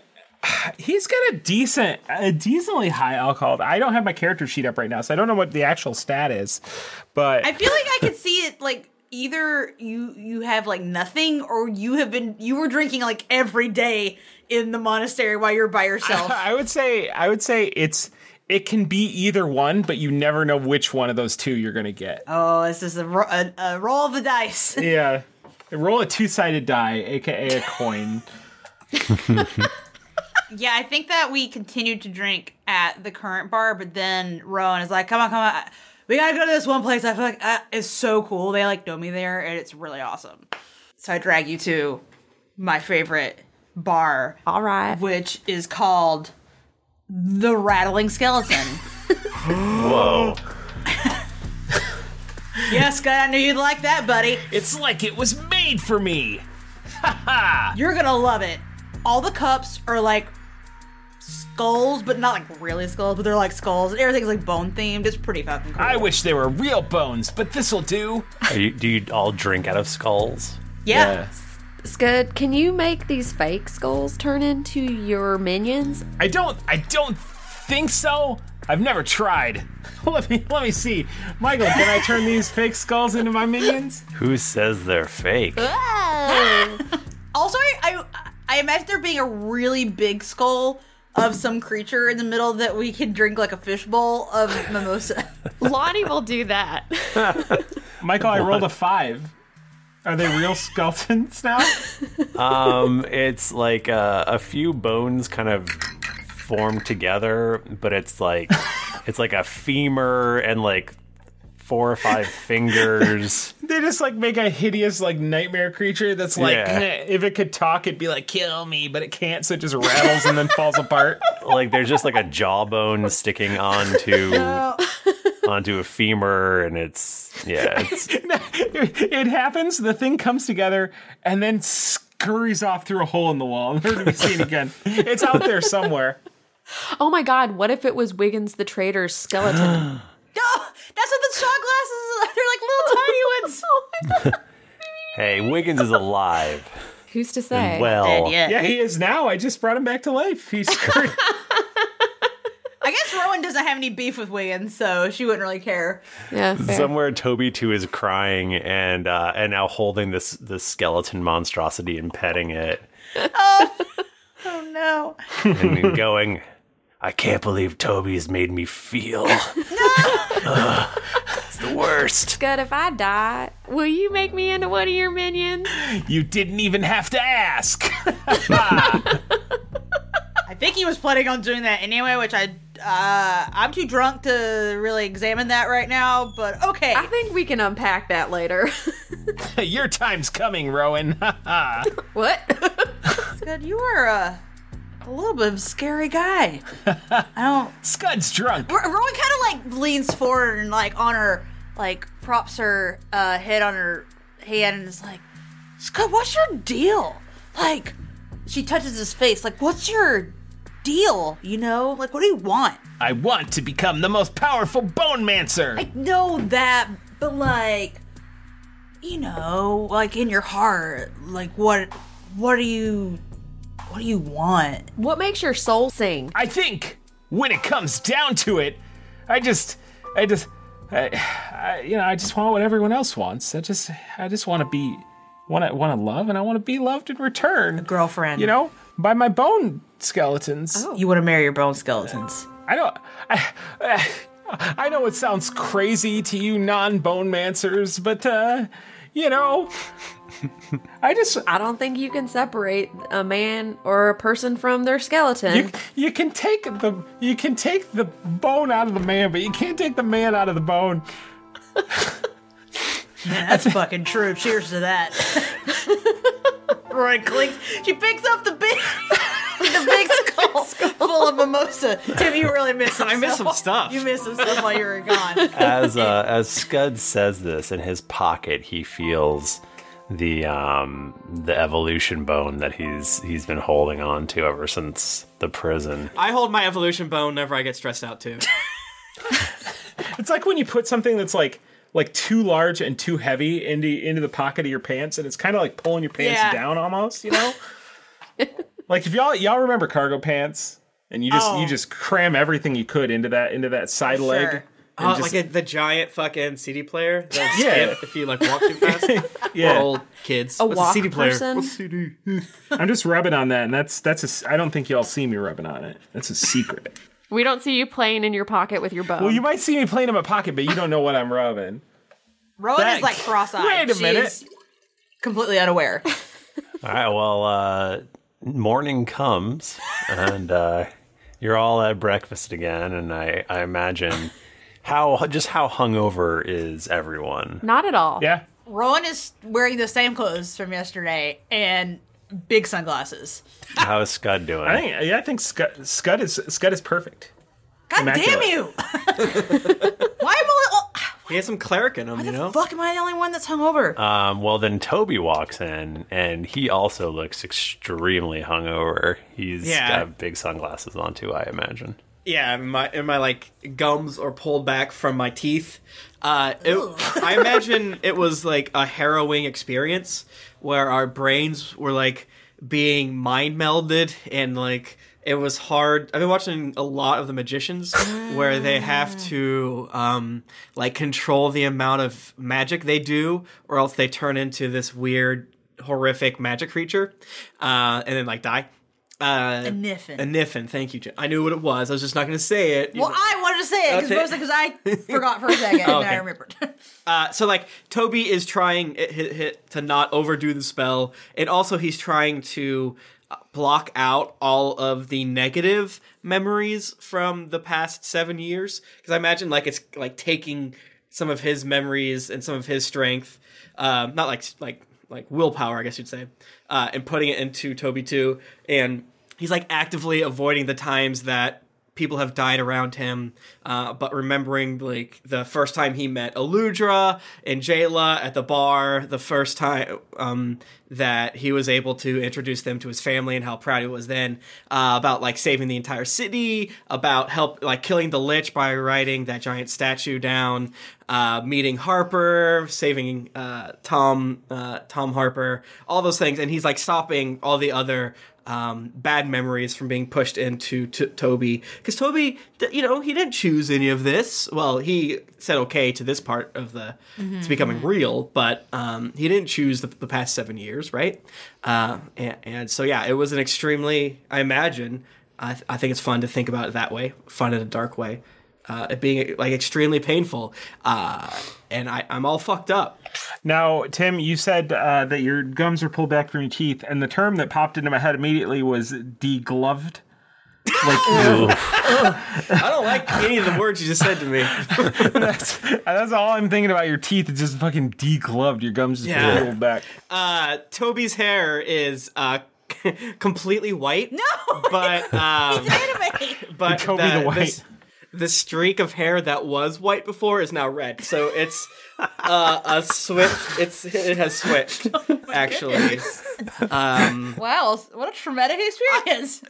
he's got a decent, a decently high alcohol. I don't have my character sheet up right now, so I don't know what the actual stat is, but I feel like I could see it like either you you have like nothing or you have been you were drinking like every day in the monastery while you're by yourself. [LAUGHS] [LAUGHS] I would say, I would say it's, it can be either one, but you never know which one of those two you're gonna get. oh, this is a, ro- a, a roll of the dice. yeah. Roll a two sided die, aka a coin. Yeah, I think that we continued to drink at the current bar, but then Rowan is like, "Come on, come on, we gotta go to this one place. I feel like uh, it's so cool. They like know me there, and it's really awesome." So I drag you to my favorite bar. All right, which is called the Rattling Skeleton. Whoa. [LAUGHS] yes, God, I knew you'd like that, buddy. [LAUGHS] It's like it was made for me. You're gonna love it. All the cups are like skulls, but not like really skulls, but they're like skulls, and everything's like bone themed. It's pretty fucking cool. I wish they were real bones, but this'll do. Are you, do you all drink out of skulls? Yeah. Scud, can you make these fake skulls turn into your minions? I don't I don't think so. I've [LAUGHS] never tried. let me let me see. Michael, can I turn these fake skulls into my minions? Who says they're fake? also, I, I I imagine there being a really big skull of some creature in the middle that we can drink like a fishbowl of mimosa. [LAUGHS] Lonnie will do that. [LAUGHS] Michael, I rolled a five. Are they real skeletons now? um, it's like uh, a few bones kind of formed together, but it's like it's like a femur and like four or five fingers. They just like make a hideous like nightmare creature that's like Yeah. "Eh, [LAUGHS] if it could talk, it'd be like kill me, but it can't, so it just rattles and then falls apart. [LAUGHS] like there's just like a jawbone sticking onto onto a femur, and it's yeah, it's It happens. The thing comes together and then scurries off through a hole in the wall, [LAUGHS] never to be seen again. It's out there somewhere. Oh my god, what if it was Wiggins the Traitor's [GASPS] skeleton? That's what the shot glasses are. [LAUGHS] They're like little tiny ones. hey, Wiggins is alive. Who's to say? Well- Dead yet. yeah, he is now. I just brought him back to life. He's scurried. I guess Rowan doesn't have any beef with Wiggins, so she wouldn't really care. Yeah. Somewhere Toby too is crying and uh, and now holding this this skeleton monstrosity and petting it Oh no. and going, I can't believe Toby's made me feel. Ugh, it's the worst. Scud, if I die, will you make me into one of your minions? [LAUGHS] You didn't even have to ask. [LAUGHS] I think he was planning on doing that anyway, which I uh, I'm too drunk to really examine that right now. But okay, I think we can unpack that later. [LAUGHS] Your time's coming, Rowan. [LAUGHS] What? [LAUGHS] Scud, you are a, a little bit of a scary [LAUGHS] guy. I don't. Scud's drunk. Ro- Rowan kind of like leans forward and like on her, like props her uh, head on her hand and is like, Scud, what's your deal? Like, she touches his face, like, what's your deal? You know, like, what do you want? I want to become the most powerful bone mancer. I know that, but like, you know, like in your heart, like what, what do you, what do you want? What makes your soul sing? I think when it comes down to it, I just, I just, I, I, you know, I just want what everyone else wants. I just, I just want to be, want to, want to love, and I want to be loved in return. girlfriend. You know, by my bone skeletons. You want to marry your bone skeletons. I don't. I, I know it sounds crazy to you non-bone mancers, but uh, you know, I just I don't think you can separate a man or a person from their skeleton. You, you can take the you can take the bone out of the man, but you can't take the man out of the bone. Man, [LAUGHS] that's fucking true. Cheers to that. [LAUGHS] Roy clinks. She picks up the big, [LAUGHS] the big skull full of mimosa. Tim, you really missed. Some I missed some stuff. You missed some stuff while you were gone. as uh, as Scud says this in his pocket, he feels the um the evolution bone that he's he's been holding on to ever since the prison. I hold my evolution bone whenever I get stressed out [LAUGHS] too. Uh, It's like when you put something that's like like too large and too heavy into into the pocket of your pants, and it's kind of like pulling your pants Yeah. down almost. You [LAUGHS] know, like if y'all y'all remember cargo pants, and you just Oh. you just cram everything you could into that into that side leg. and Oh, just- like a, the giant fucking CD [LAUGHS] player. That Yeah. skip if you like walk too fast. yeah. We're old kids. A What's walk CD player? person? What's CD? I'm just rubbing on that, and that's that's a. s- I don't think y'all see me rubbing on it. That's a secret. We don't see you playing in your pocket with your bone. [LAUGHS] well, you might see me playing in my pocket, but you don't know what I'm rubbing. Rowan That- is like cross-eyed. Wait a She minute. is completely unaware. All right, well, uh, morning comes, and uh, you're all at breakfast again, and I, I imagine how just how hungover is everyone. Not at all. Yeah. Rowan is wearing the same clothes from yesterday and big sunglasses. How's Scud doing? I think yeah, I think Scud, Scud is Scud is perfect. God Immaculate. [LAUGHS] damn you! Why am I? [SIGHS] Oh, he has some cleric in him, you know. fuck, am I the only one that's hungover? Uh, Um, well, then Toby walks in, and he also looks extremely hungover. He's Yeah. got big sunglasses on too, I imagine. Yeah, my and my like gums are pulled back from my teeth. Uh, it, I imagine it was like a harrowing experience where our brains were like being mind melded and like it was hard. I've been watching a lot of The Magicians where they have to um, like control the amount of magic they do, or else they turn into this weird, horrific magic creature, uh, and then like die. Uh, A Niffin. A Niffin. Thank you. Jen. I knew what it was. I was just not going to say it. Well, I wanted to say it because Okay. mostly because [LAUGHS] I forgot for a second and Oh, then I okay. remembered. [LAUGHS] Uh, so like Toby is trying i- hi- hi- to not overdo the spell, and also he's trying to uh, block out all of the negative memories from the past seven years. Because I imagine like it's like taking some of his memories and some of his strength, um, not like s- like like willpower, I guess you'd say, uh, and putting it into Toby too. And he's like actively avoiding the times that people have died around him, uh, but remembering like the first time he met Eludra and Jayla at the bar, the first time um, that he was able to introduce them to his family and how proud he was then uh, about like saving the entire city, about help like killing the lich by writing that giant statue down, uh, meeting Harper, saving uh, Tom uh, Tom Harper, all those things, and he's like stopping all the other um, bad memories from being pushed into t- Toby because Toby, d- you know, he didn't choose any of this. Well, he said okay to this part of the Mhm. it's becoming real, but um, he didn't choose the, the past seven years, right? Uh, and, and so yeah, it was an extremely, I imagine, I, th- I think it's fun to think about it that way, fun in a dark way. Uh, it being like extremely painful, uh, and I, I'm all fucked up. Now, Tim, you said uh, that your gums are pulled back from your teeth, and the term that popped into my head immediately was degloved. Like, I don't like any of the words you just said to me. that's, Uh, that's all I'm thinking about. Your teeth is just fucking degloved. Your gums just Yeah. peeled back. Uh, Toby's hair is uh, [LAUGHS] completely white. No, but um, But Toby the White. s- the streak of hair that was white before is now red. So it's uh, a switch. It's it has switched actually. Um, Wow, what a traumatic [LAUGHS] experience.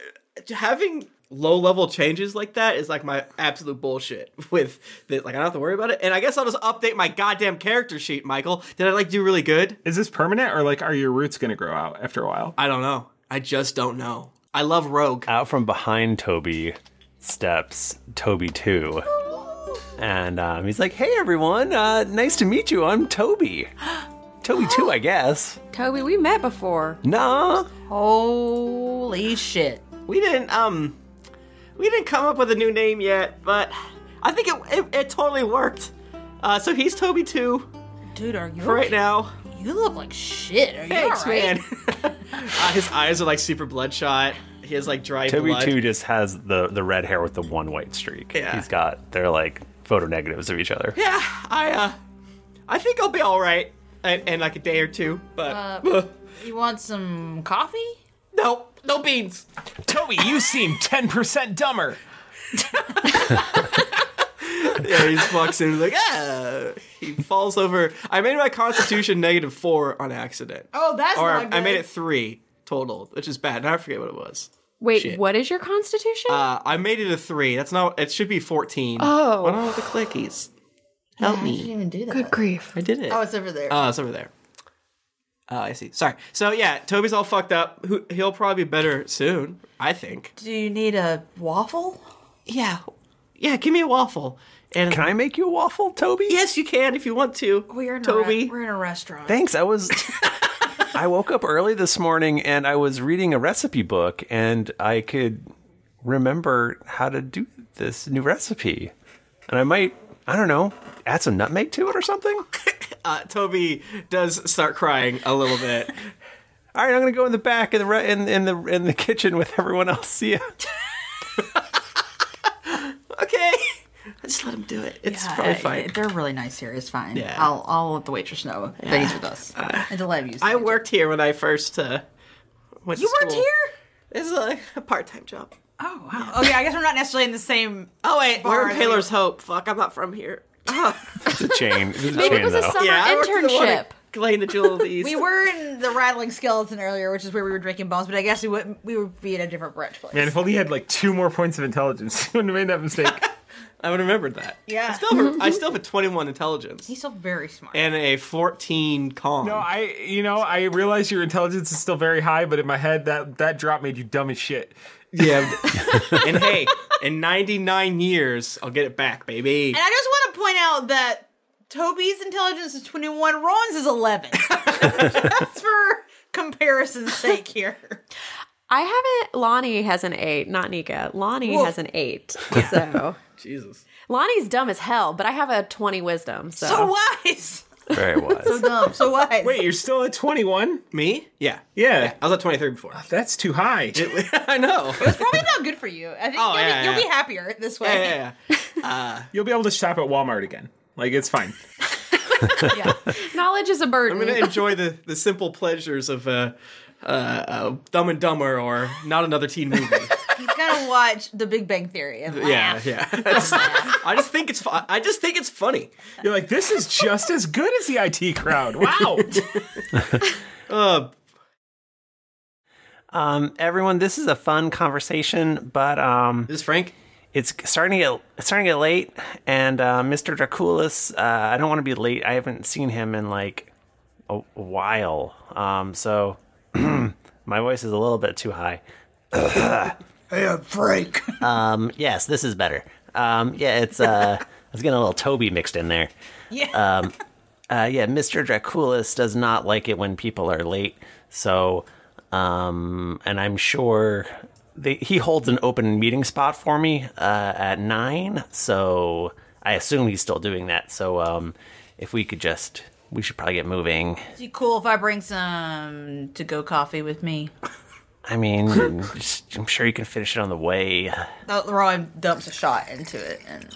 having low level changes like that is like my absolute bullshit with that like i don't have to worry about it and i guess i'll just update my goddamn character sheet michael did i like do really good is this permanent or like are your roots gonna grow out after a while i don't know i just don't know I love Rogue. Out from behind Toby steps Toby 2. And um, he's like, hey everyone, uh, nice to meet you. I'm Toby. [GASPS] Toby 2, I guess. Toby, we met before. Nah. Holy shit. We didn't um we didn't come up with a new name yet, but I think it it, it totally worked. Uh, so he's Toby too. Dude, are you for right okay? now? You look like shit. Are you Thanks, all right? man. [LAUGHS] Uh, his eyes are like super bloodshot. He has like dry Toby blood. 2 just has the, the red hair with the one white streak. Yeah. He's got, they're like photo negatives of each other. Yeah, I uh I think I'll be all right in, in like a day or two, but Uh, you want some coffee? No, no beans. Toby, you seem 10% dumber. yeah, he just walks in and like ah. He falls over. I made my Constitution [LAUGHS] negative four on accident. Oh, that's or not I made good. it three total, which is bad. Now I forget what it was. Wait, Shit. what is your constitution? Uh, I made it a three. That's not. It should be fourteen. Oh. What are the clickies? Help me. even do that. Good grief. I did it. Oh, it's over there. Oh, it's over there. Oh, I see. Sorry. So yeah, Toby's all fucked up. Who- He'll probably be better soon. I think. Do you need a waffle? Yeah. Yeah, give me a waffle. And can I make you a waffle, Toby? Yes, you can if you want to. We're in A Toby. re- we're in a restaurant. Thanks. I was. I woke up early this morning and I was reading a recipe book and I could remember how to do this new recipe. And I might, I don't know, add some nutmeg to it or something. Uh, Toby does start crying a little [LAUGHS] bit. All right, I'm gonna go in the back in the re- in, in the in the kitchen with everyone else. [LAUGHS] See ya. okay. I just let him do it. It's probably fine. Uh, They're really nice here. It's fine. Yeah. Uh, I'll, I'll let the waitress know that he's with us. and to let you. I worked here when I first uh, went You to worked school. here? It's a, a part-time job. Oh wow. Oh yeah. I guess we're not necessarily in the same. Oh wait, bar we're in as we- Paler's Hope. Fuck, I'm not from here. It's a chain. It's a Maybe it chain was a though. summer I worked in the one internship. at Glen the Jewel of the East. [LAUGHS] We were in the rattling skeleton earlier, which is where we were drinking bones. But I guess we would we would be at a different brunch place. Man, if only he had like two more points of intelligence, [LAUGHS] he wouldn't have made that mistake. I would have remembered that. Yeah. I still have, a, [LAUGHS] I still have a 21 intelligence He's still very smart. and a 14 con. No, I you know I realize your intelligence is still very high, but in my head that that drop made you dumb as shit. Yeah. [LAUGHS] and hey, in 99 years, I'll get it back, baby. And I just want to point out that Toby's intelligence is 21, Ron's [LAUGHS] is 11. That's for comparison's sake here. I haven't. Lonnie has an eight, not Nika. Lonnie Well- has an [LAUGHS] eight. So Jesus. Lonnie's dumb as hell, but I have a twenty wisdom. So, So wise. Very wise. [LAUGHS] So dumb. So wise. Wait, you're still at 21? Me? Yeah. Yeah. I was at 23 before. That's too high. [LAUGHS] I [LAUGHS] know. It's probably not good for you. I think Oh, you'll, yeah, be, you'll yeah. be happier this way. Yeah, yeah, You'll be able to shop at Walmart again. Like it's fine. knowledge is a burden. I'm going to enjoy the, the simple pleasures of uh, uh, uh, Dumb and Dumber or Not Another Teen [LAUGHS] Movie. He's got to watch The Big Bang Theory. And yeah, yeah. [LAUGHS] I just, I just think it's fu- I just think it's funny. You're like, this is just as good as the IT crowd. [LAUGHS] Wow. uh, Um, everyone, this is a fun conversation, but um, this Frank. It's starting to get it's starting to get late, and uh, Mr. Draculis. Uh, I don't want to be late. I haven't seen him in like a, a while, um, so [CLEARS THROAT] my voice is a little bit too high. Hey, I'm Frank. um, yes, this is better. Um, yeah, it's uh, I was getting a little Toby mixed in there. Yeah. Um, uh, yeah, Mr. Draculis does not like it when people are late. So, um, and I'm sure they, he holds an open meeting spot for me uh, at nine. So I assume he's still doing that. So um, if we could just, we should probably get moving. Is it cool if I bring some to go coffee with me? I mean, just- I'm sure you can finish it on the way. Uh, Rowan dumps a shot into it and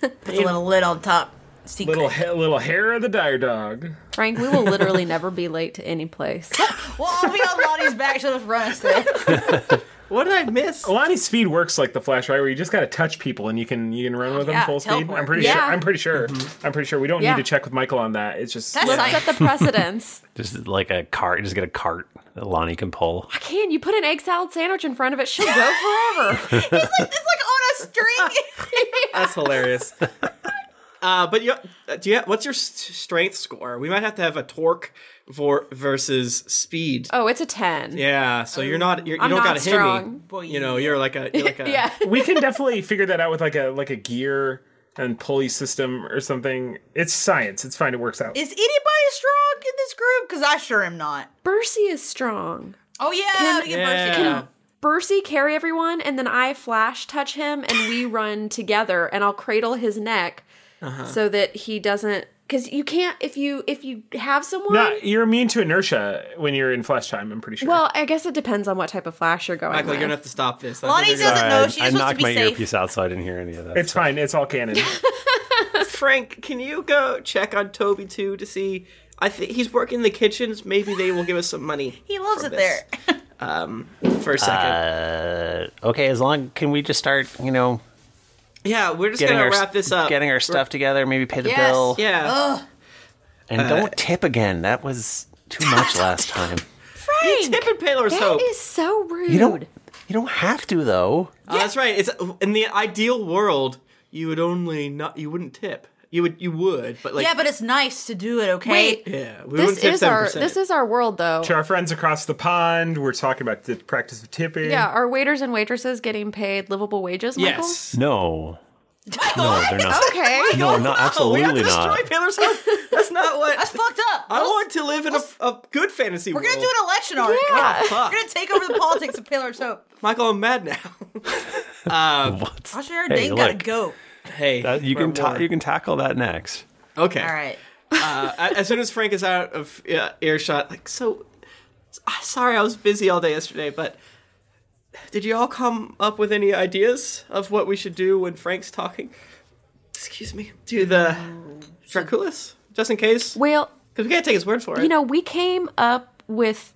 puts a little lid on top. Secret. Little ha- little hair of the dire dog. Frank, we will literally never be late to any place. well, I'll be on Lottie's back. She'll just run us there. What did I miss? Alani's speed works like the flash, right? Where you just gotta touch people and you can you can run with them Yeah, full speed. I'm teleport. pretty sure. Yeah. I'm pretty sure. I'm pretty sure. We don't Yeah. need to check with Michael on that. It's just That's yeah. set the precedence. Just like a cart, just get a cart that Lonnie can pull. Can you put an egg salad sandwich in front of it? She'll go forever. it's like on a string. That's hilarious. Uh, but you, uh, do you, what's your s- strength score? We might have to have a torque vor- versus speed. Oh, it's a 10. Yeah, so you're not you're, you I'm don't not gotta strong. hit me. You know, you're like a you're like a [LAUGHS] Yeah. we can definitely figure that out with like a like a gear and pulley system or something. It's science. It's fine. It works [LAUGHS] out. Is anybody strong in this group? Because I sure am not. Bercy is strong. Oh, yeah. we get Bercy. Can Bercy carry everyone, and then I flash touch him, and we run together, and I'll cradle his neck Uh-huh. so that he doesn't. Because you can't if you if you have someone. No, you're immune to inertia when you're in flash time. I'm pretty sure. Well, I guess it depends on what type of flash you're going. Michael, with. you're gonna have to stop this. Lonnie doesn't know. She just I, I wants to knocked be my safe. earpiece out, so I didn't hear any of that. It's fine. It's all canon. [LAUGHS] [LAUGHS] Frank, can you go check on Toby too to see? I think he's working in the kitchens. Maybe they will give us some [LAUGHS] money. He loves from it this. Um, for a second. Uh, okay, as long can we just start, you know, yeah, we're just getting gonna our wrap this up. getting our stuff together, maybe pay the bill, Yeah. and Uh, don't tip again. That was too [LAUGHS] much last time. Frank, you tip and Paylor's That hope. is so rude. You don't. You don't have to though. Oh, that's right. It's in the ideal world, you would only not you wouldn't tip. You would you would, but like yeah, but it's nice to do it, okay? Wait. Yeah, we wouldn't tip 7%. is our world, though. to our friends across the pond, we're talking about the practice of tipping. Yeah, are waiters and waitresses getting paid livable wages, Michael? No. No, they're not. Okay. [LAUGHS] No, not absolutely not. Paylor's hope. That's not [LAUGHS] what. That's fucked up. I want to live in a, a good fantasy We're world. going to do an election article. Ah, Yeah. We're going to take over the politics of [LAUGHS] Paylor's Hope. Michael, I'm mad now. um, Asha Erdane Hey, got to look. go. Hey, That- you we're can at ta- war. you can tackle that next. Okay. All right. uh, a- as soon as Frank is out of uh, earshot, like, so s- ah, sorry, I was busy all day yesterday, but did you all come up with any ideas of what we should do when Frank's talking? Excuse me, to the Draculus, just in case. Well, because we can't take his word for it. You know, we came up with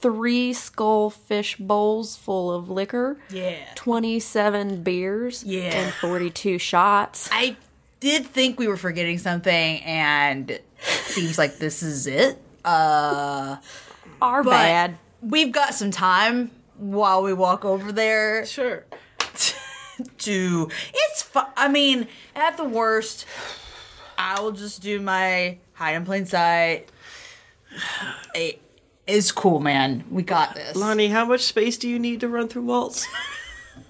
three skullfish bowls full of liquor. Yeah. 27 beers. Yeah. And 42 shots. I did think we were forgetting something, and it seems like this is it. Uh, Our bad. We've got some time while we walk over there. Sure. [LAUGHS] to it's. Fu- I mean, at the worst, I will just do my hide in plain sight. It- it's cool, man. We got this. Lonnie, how much space do you need to run through walls?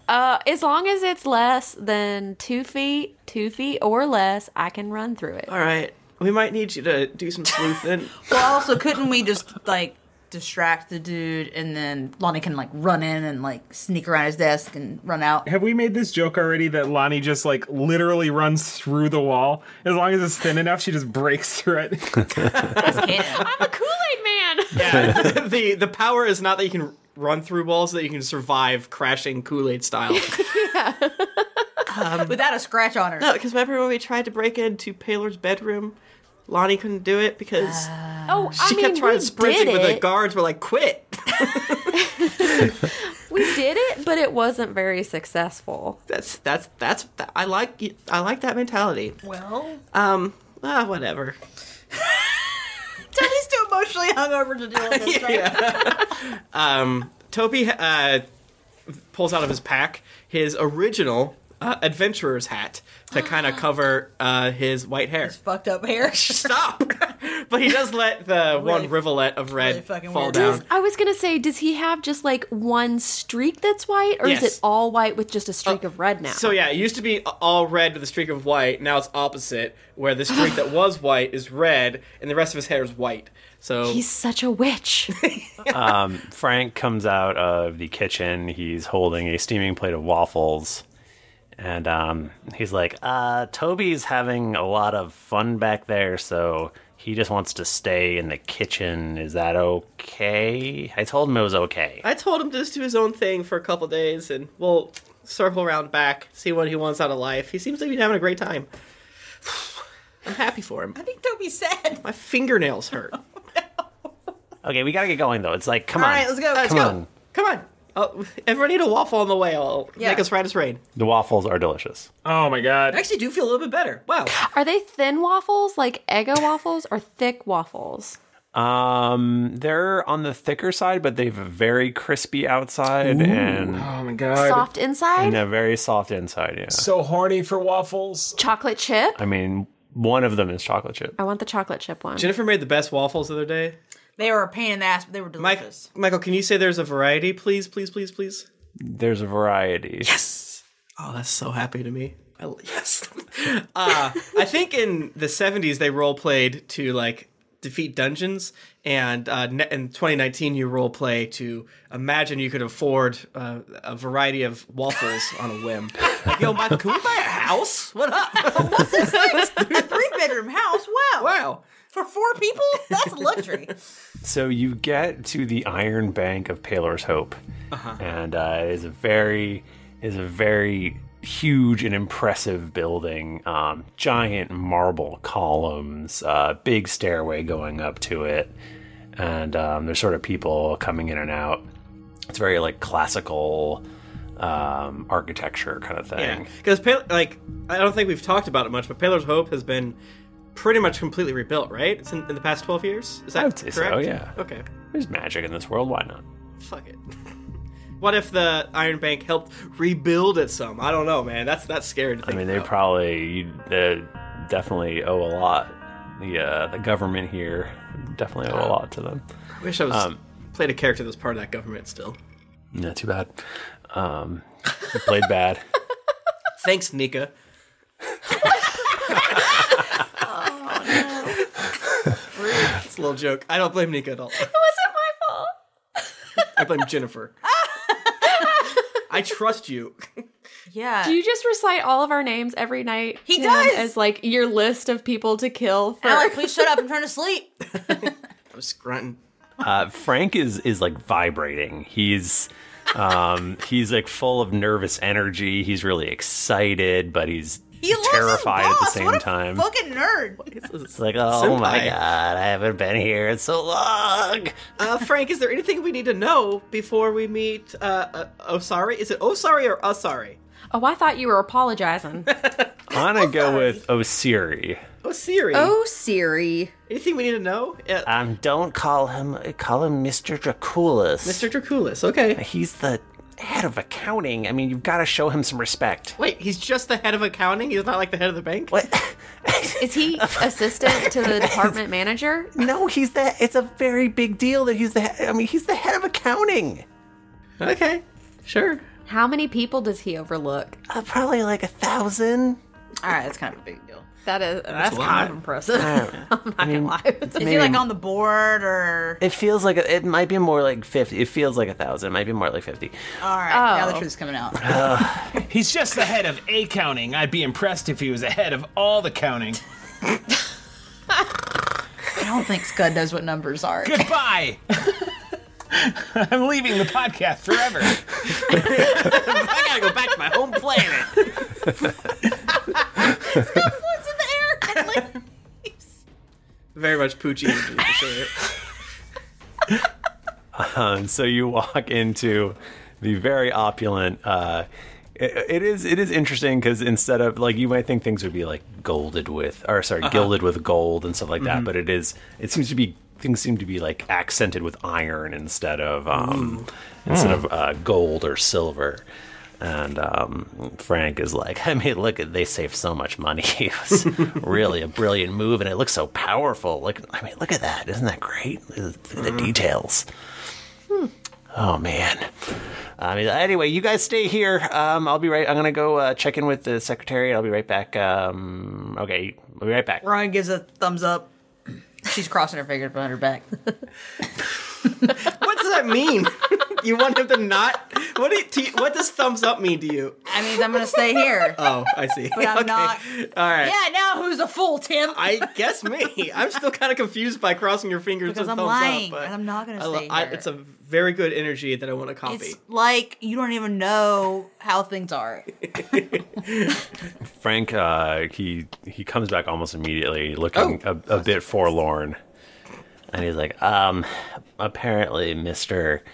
Uh, as long as it's less than two feet, two feet or less, I can run through it. all right, we might need you to do some [LAUGHS] sleuthing. [LAUGHS] Well, also, couldn't we just like distract the dude, and then Lonnie can like run in and like sneak around his desk and run out? Have we made this joke already that Lonnie just like literally runs through the wall? As long as it's thin enough, she just breaks through it. I'm a Kool Aid man. the the power is not that you can run through walls, that you can survive crashing Kool Aid [LAUGHS] style. Without a scratch on [LAUGHS] her. No, because remember when we tried to break into Paylor's bedroom, Lonnie couldn't do it because oh, I she kept mean, trying we to sprint did it, but the it. guards were like, "Quit!" [LAUGHS] We did it, but it wasn't very successful. That's that's that's th- I like y- I like that mentality. Well, Um, ah, whatever. Tony's too emotionally hungover to deal with this. right? Um, Toby uh, pulls out of his pack his original uh, adventurer's hat [GASPS] to kind of cover uh, his white hair. Fucked up [LAUGHS] hair. Stop. But he does let the one rivulet of red fucking fall weird. down. Does- I was gonna say, does he have just like one streak that's white, or is Yes. it all white with just a streak of red now? So yeah, it used to be all red with a streak of white. Now it's opposite, where the streak [LAUGHS] that was white is red, and the rest of his hair is white. So He's such a witch. um, Frank comes out of the kitchen. He's holding a steaming plate of waffles, And um, he's like, uh, Toby's having a lot of fun back there, so he just wants to stay in the kitchen. Is that okay? I told him it was okay. I told him to just do his own thing for a couple days, and we'll circle around back, see what he wants out of life. He seems to be having a great time. I'm happy for him. I think Toby said. My fingernails hurt. Okay, we gotta get going though. It's like, come All on. right, let's go. Let's Come go. on. Come on. Oh, everyone eat a waffle on the way. I'll Yeah. make us right as rain. The waffles are delicious. Oh my god. I actually do feel a little bit better. Wow. Are they thin waffles, like Eggo waffles, or thick waffles? Um, they're on the thicker side, but they've very crispy outside Ooh. and Oh my Soft and inside? a very soft inside. Yeah. So horny for waffles. Chocolate chip? I mean, one of them is chocolate chip. I want the chocolate chip one. Jennifer made the best waffles the other day. They were a pain in the ass, but they were Mike, delicious. Michael, can you say there's a variety, please, please, please, please? There's a variety. Yes. Oh, that's so happy to me. I, [LAUGHS] yes. uh, I think in the 70s they role played to like defeat dungeons, and uh, ne- in 2019 you role play to imagine you could afford uh, a variety of waffles on a whim. Like, yo, Michael, can we buy a house? What up? [LAUGHS] [LAUGHS] What's this thing? a three bedroom house? Wow. Wow. For four people? [LAUGHS] That's luxury. So you get to the Iron Bank of Palor's Hope, Uh-huh. and uh, it is a very it is a very huge and impressive building. Um, giant marble columns, uh, big stairway going up to it, and um, there's sort of people coming in and out. It's very like classical um, architecture kind of thing. Yeah, because like I don't think we've talked about it much, but Paler's Hope has been pretty much completely rebuilt, right? It's in, in the past twelve years. Is that I would say so, correct? yeah. Okay. There's magic in this world. Why not? Fuck it. [LAUGHS] What if the Iron Bank helped rebuild it some? I don't know, man. That's that's scary to I think. mean, they probably they definitely owe a lot. The uh, the government here definitely owe a lot to them. I wish I was um, played a character that's part of that government still. not too bad. Um, you played bad. Thanks, Nika. [LAUGHS] Rude. It's a little joke. I don't blame Nika at all. It wasn't my fault. I blame Jennifer. I trust you. Yeah. Do you just recite all of our names every night? He Tim, does! As like your list of people to kill for. Alec, please shut up. I'm trying to sleep. [LAUGHS] I'm grunting. [LAUGHS] Uh, Frank is is like vibrating. He's um, he's like full of nervous energy. He's really excited, but he's He loves his terrified at the boss. same What a time. Fucking nerd. it's like, oh my Senpai. god, I haven't been here in so long. Uh, Frank, is there anything we need to know before we meet uh, uh, Osari? Is it Osari or Osari? Oh, I thought you were apologizing. I'm gonna go with Osiri. Osiri. Oh, Siri. Anything we need to know? Uh, Um, don't call him call him Mr. Draculus. Mr. Draculus, okay. He's the head of accounting. I mean, you've got to show him some respect. Wait, he's just the head of accounting? He's not like the head of the bank? What? Is he assistant to the department manager? No, he's the. It's a very big deal that he's the. he- I mean, he's the head of accounting. Okay, sure. How many people does he overlook? Uh, probably like a thousand. All right, that's kind of a big deal. That is That's that's, a lot. kind of impressive. [LAUGHS] Uh, I'm not mean, gonna lie. it's Is he maybe- like on the board or? It feels like a, it might be more like fifty. It feels like a thousand. It might be more like fifty. All right, now Oh. the truth's coming out. He's just the head of a counting. I'd be impressed if he was the head of all the counting. I don't think Scud knows what numbers are. Goodbye. [LAUGHS] I'm leaving the podcast forever. [LAUGHS] I gotta go back to my home planet. What's in the air? Very much Poochie energy, for [LAUGHS] sure. Um, [LAUGHS] so you walk into the very opulent. Uh, it, it is it is interesting because instead of like you might think things would be like golded with or sorry Uh-huh. gilded with gold and stuff like that, Mhm. but it is it seems to be things seem to be like accented with iron instead of um, instead of uh, gold or silver. And um, Frank is like, [LAUGHS] I mean, look, they saved so much money. [LAUGHS] It was really a brilliant move, and it looks so powerful. Look, I mean, look at that. Isn't that great? Look at the details. Oh man. I mean, anyway, you guys stay here. Um, I'll be right. I'm gonna go uh, check in with the secretary. I'll be right back. Um, okay, I'll be right back. Ryan gives a thumbs up. She's crossing her fingers behind her back. What does that mean? [LAUGHS] You want him to not? What do you, to you- what does thumbs up mean to you? I mean, I'm gonna stay here. [LAUGHS] Oh, I see. But I'm Okay. not- All right. Yeah, now who's a fool, Tim? I guess me. I'm still kind of confused by crossing your fingers because and I'm thumbs lying, up, but and I'm not gonna I lo- stay I- here. it's a very good energy that I want to copy. It's like you don't even know how things are. Frank, uh, he he comes back almost immediately, looking a, a bit forlorn, and he's like, "Um, apparently, Mister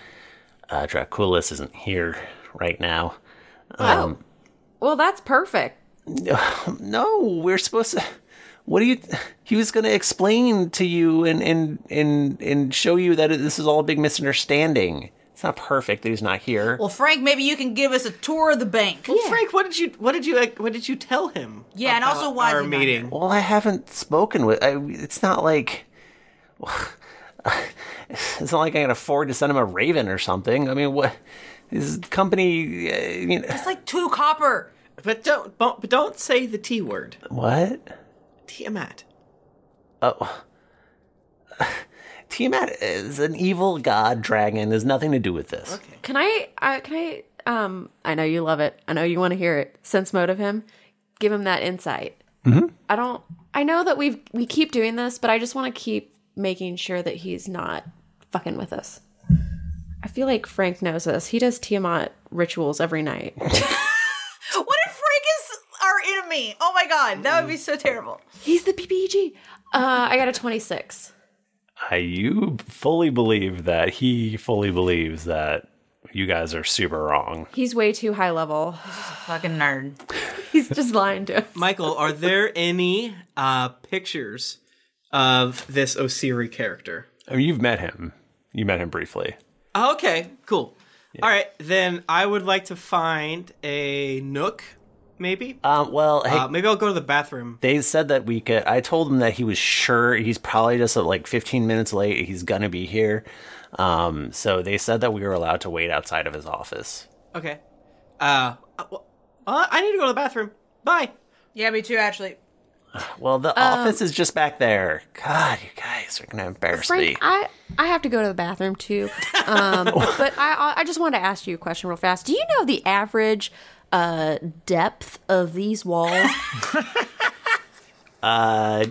uh, Draculis isn't here right now. Um, Oh, Well, that's perfect. no, we're supposed to. What do you? He was going to explain to you and and and and show you that this is all a big misunderstanding. It's not perfect that he's not here. Well, Frank, maybe you can give us a tour of the bank. Well, Frank, what did you what did you like, what did you tell him? Yeah, and also why is he not here? Well, I haven't spoken with. I, it's not like. It's not like I can afford to send him a raven or something. I mean, what is company? Uh, you know, It's like two copper. But don't but but don't say the T word. what? Tiamat. Oh. [LAUGHS] Tiamat is an evil god dragon. There's nothing to do with this. Can I? I can I? Um, I know you love it. I know you want to hear it. Sense mode of him. Give him that insight. Mhm. I don't. I know that we have we keep doing this, but I just want to keep making sure that he's not fucking with us. I feel like Frank knows this. He does Tiamat rituals every night. What if Frank is our enemy? Oh my god, that would be so terrible. he's the PPG. Uh, I got a twenty-six. I, you fully believe that he fully believes that you guys are super wrong. He's way too high level. [LAUGHS] He's just a fucking nerd. He's just lying to us. Michael, are there any uh, pictures of this Osiri character? I mean, you've met him. You met him briefly. Oh, okay, cool. All right, then I would like to find a nook, maybe. Um, well, uh, maybe I'll go to the bathroom. They said that we could. I told him that he was sure he's probably just uh, like 15 minutes late. He's gonna be here. Um, so they said that we were allowed to wait outside of his office. Okay. Uh, uh, well, uh, I need to go to the bathroom. Bye. Yeah, me too. Actually, Well, the Um, office is just back there. God, you guys are gonna embarrass me. Frank, I I have to go to the bathroom too, um, but I I just wanted to ask you a question real fast. Do you know the average uh, depth of these walls? Uh,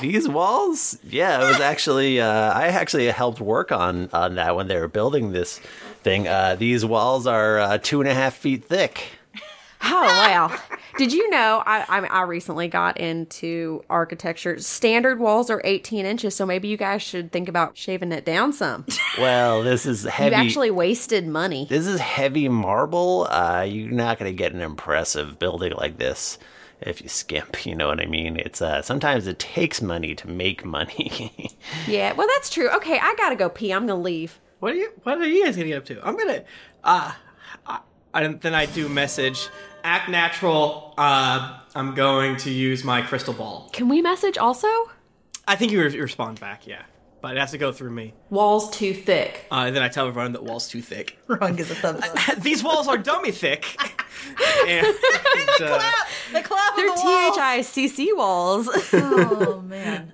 these walls? Yeah, it was actually. Uh, I actually helped work on on that when they were building this thing. Uh, these walls are uh, two and a half feet thick. oh wow! Did you know I I, I recently got into architecture? Standard walls are eighteen inches, so maybe you guys should think about shaving it down some. Well, this is heavy. You actually [LAUGHS] wasted money. This is heavy marble. Uh, you're not going to get an impressive building like this if you skimp. [LAUGHS] You know what I mean? It's uh, sometimes it takes money to make money. [LAUGHS] Yeah, well that's true. Okay, I gotta go pee. I'm gonna leave. What are you? What are you guys gonna get up to? I'm gonna. Uh, I, and then I do message. Act natural. Uh, I'm going to use my crystal ball. Can we message also? I think you re- respond back. Yeah, but it has to go through me. Walls too thick. Uh, and then I tell everyone that wall's too thick. Wrong is a thumbs up. [LAUGHS] These walls are dummy thick. and, uh, The clap They're T H I C C walls. [LAUGHS]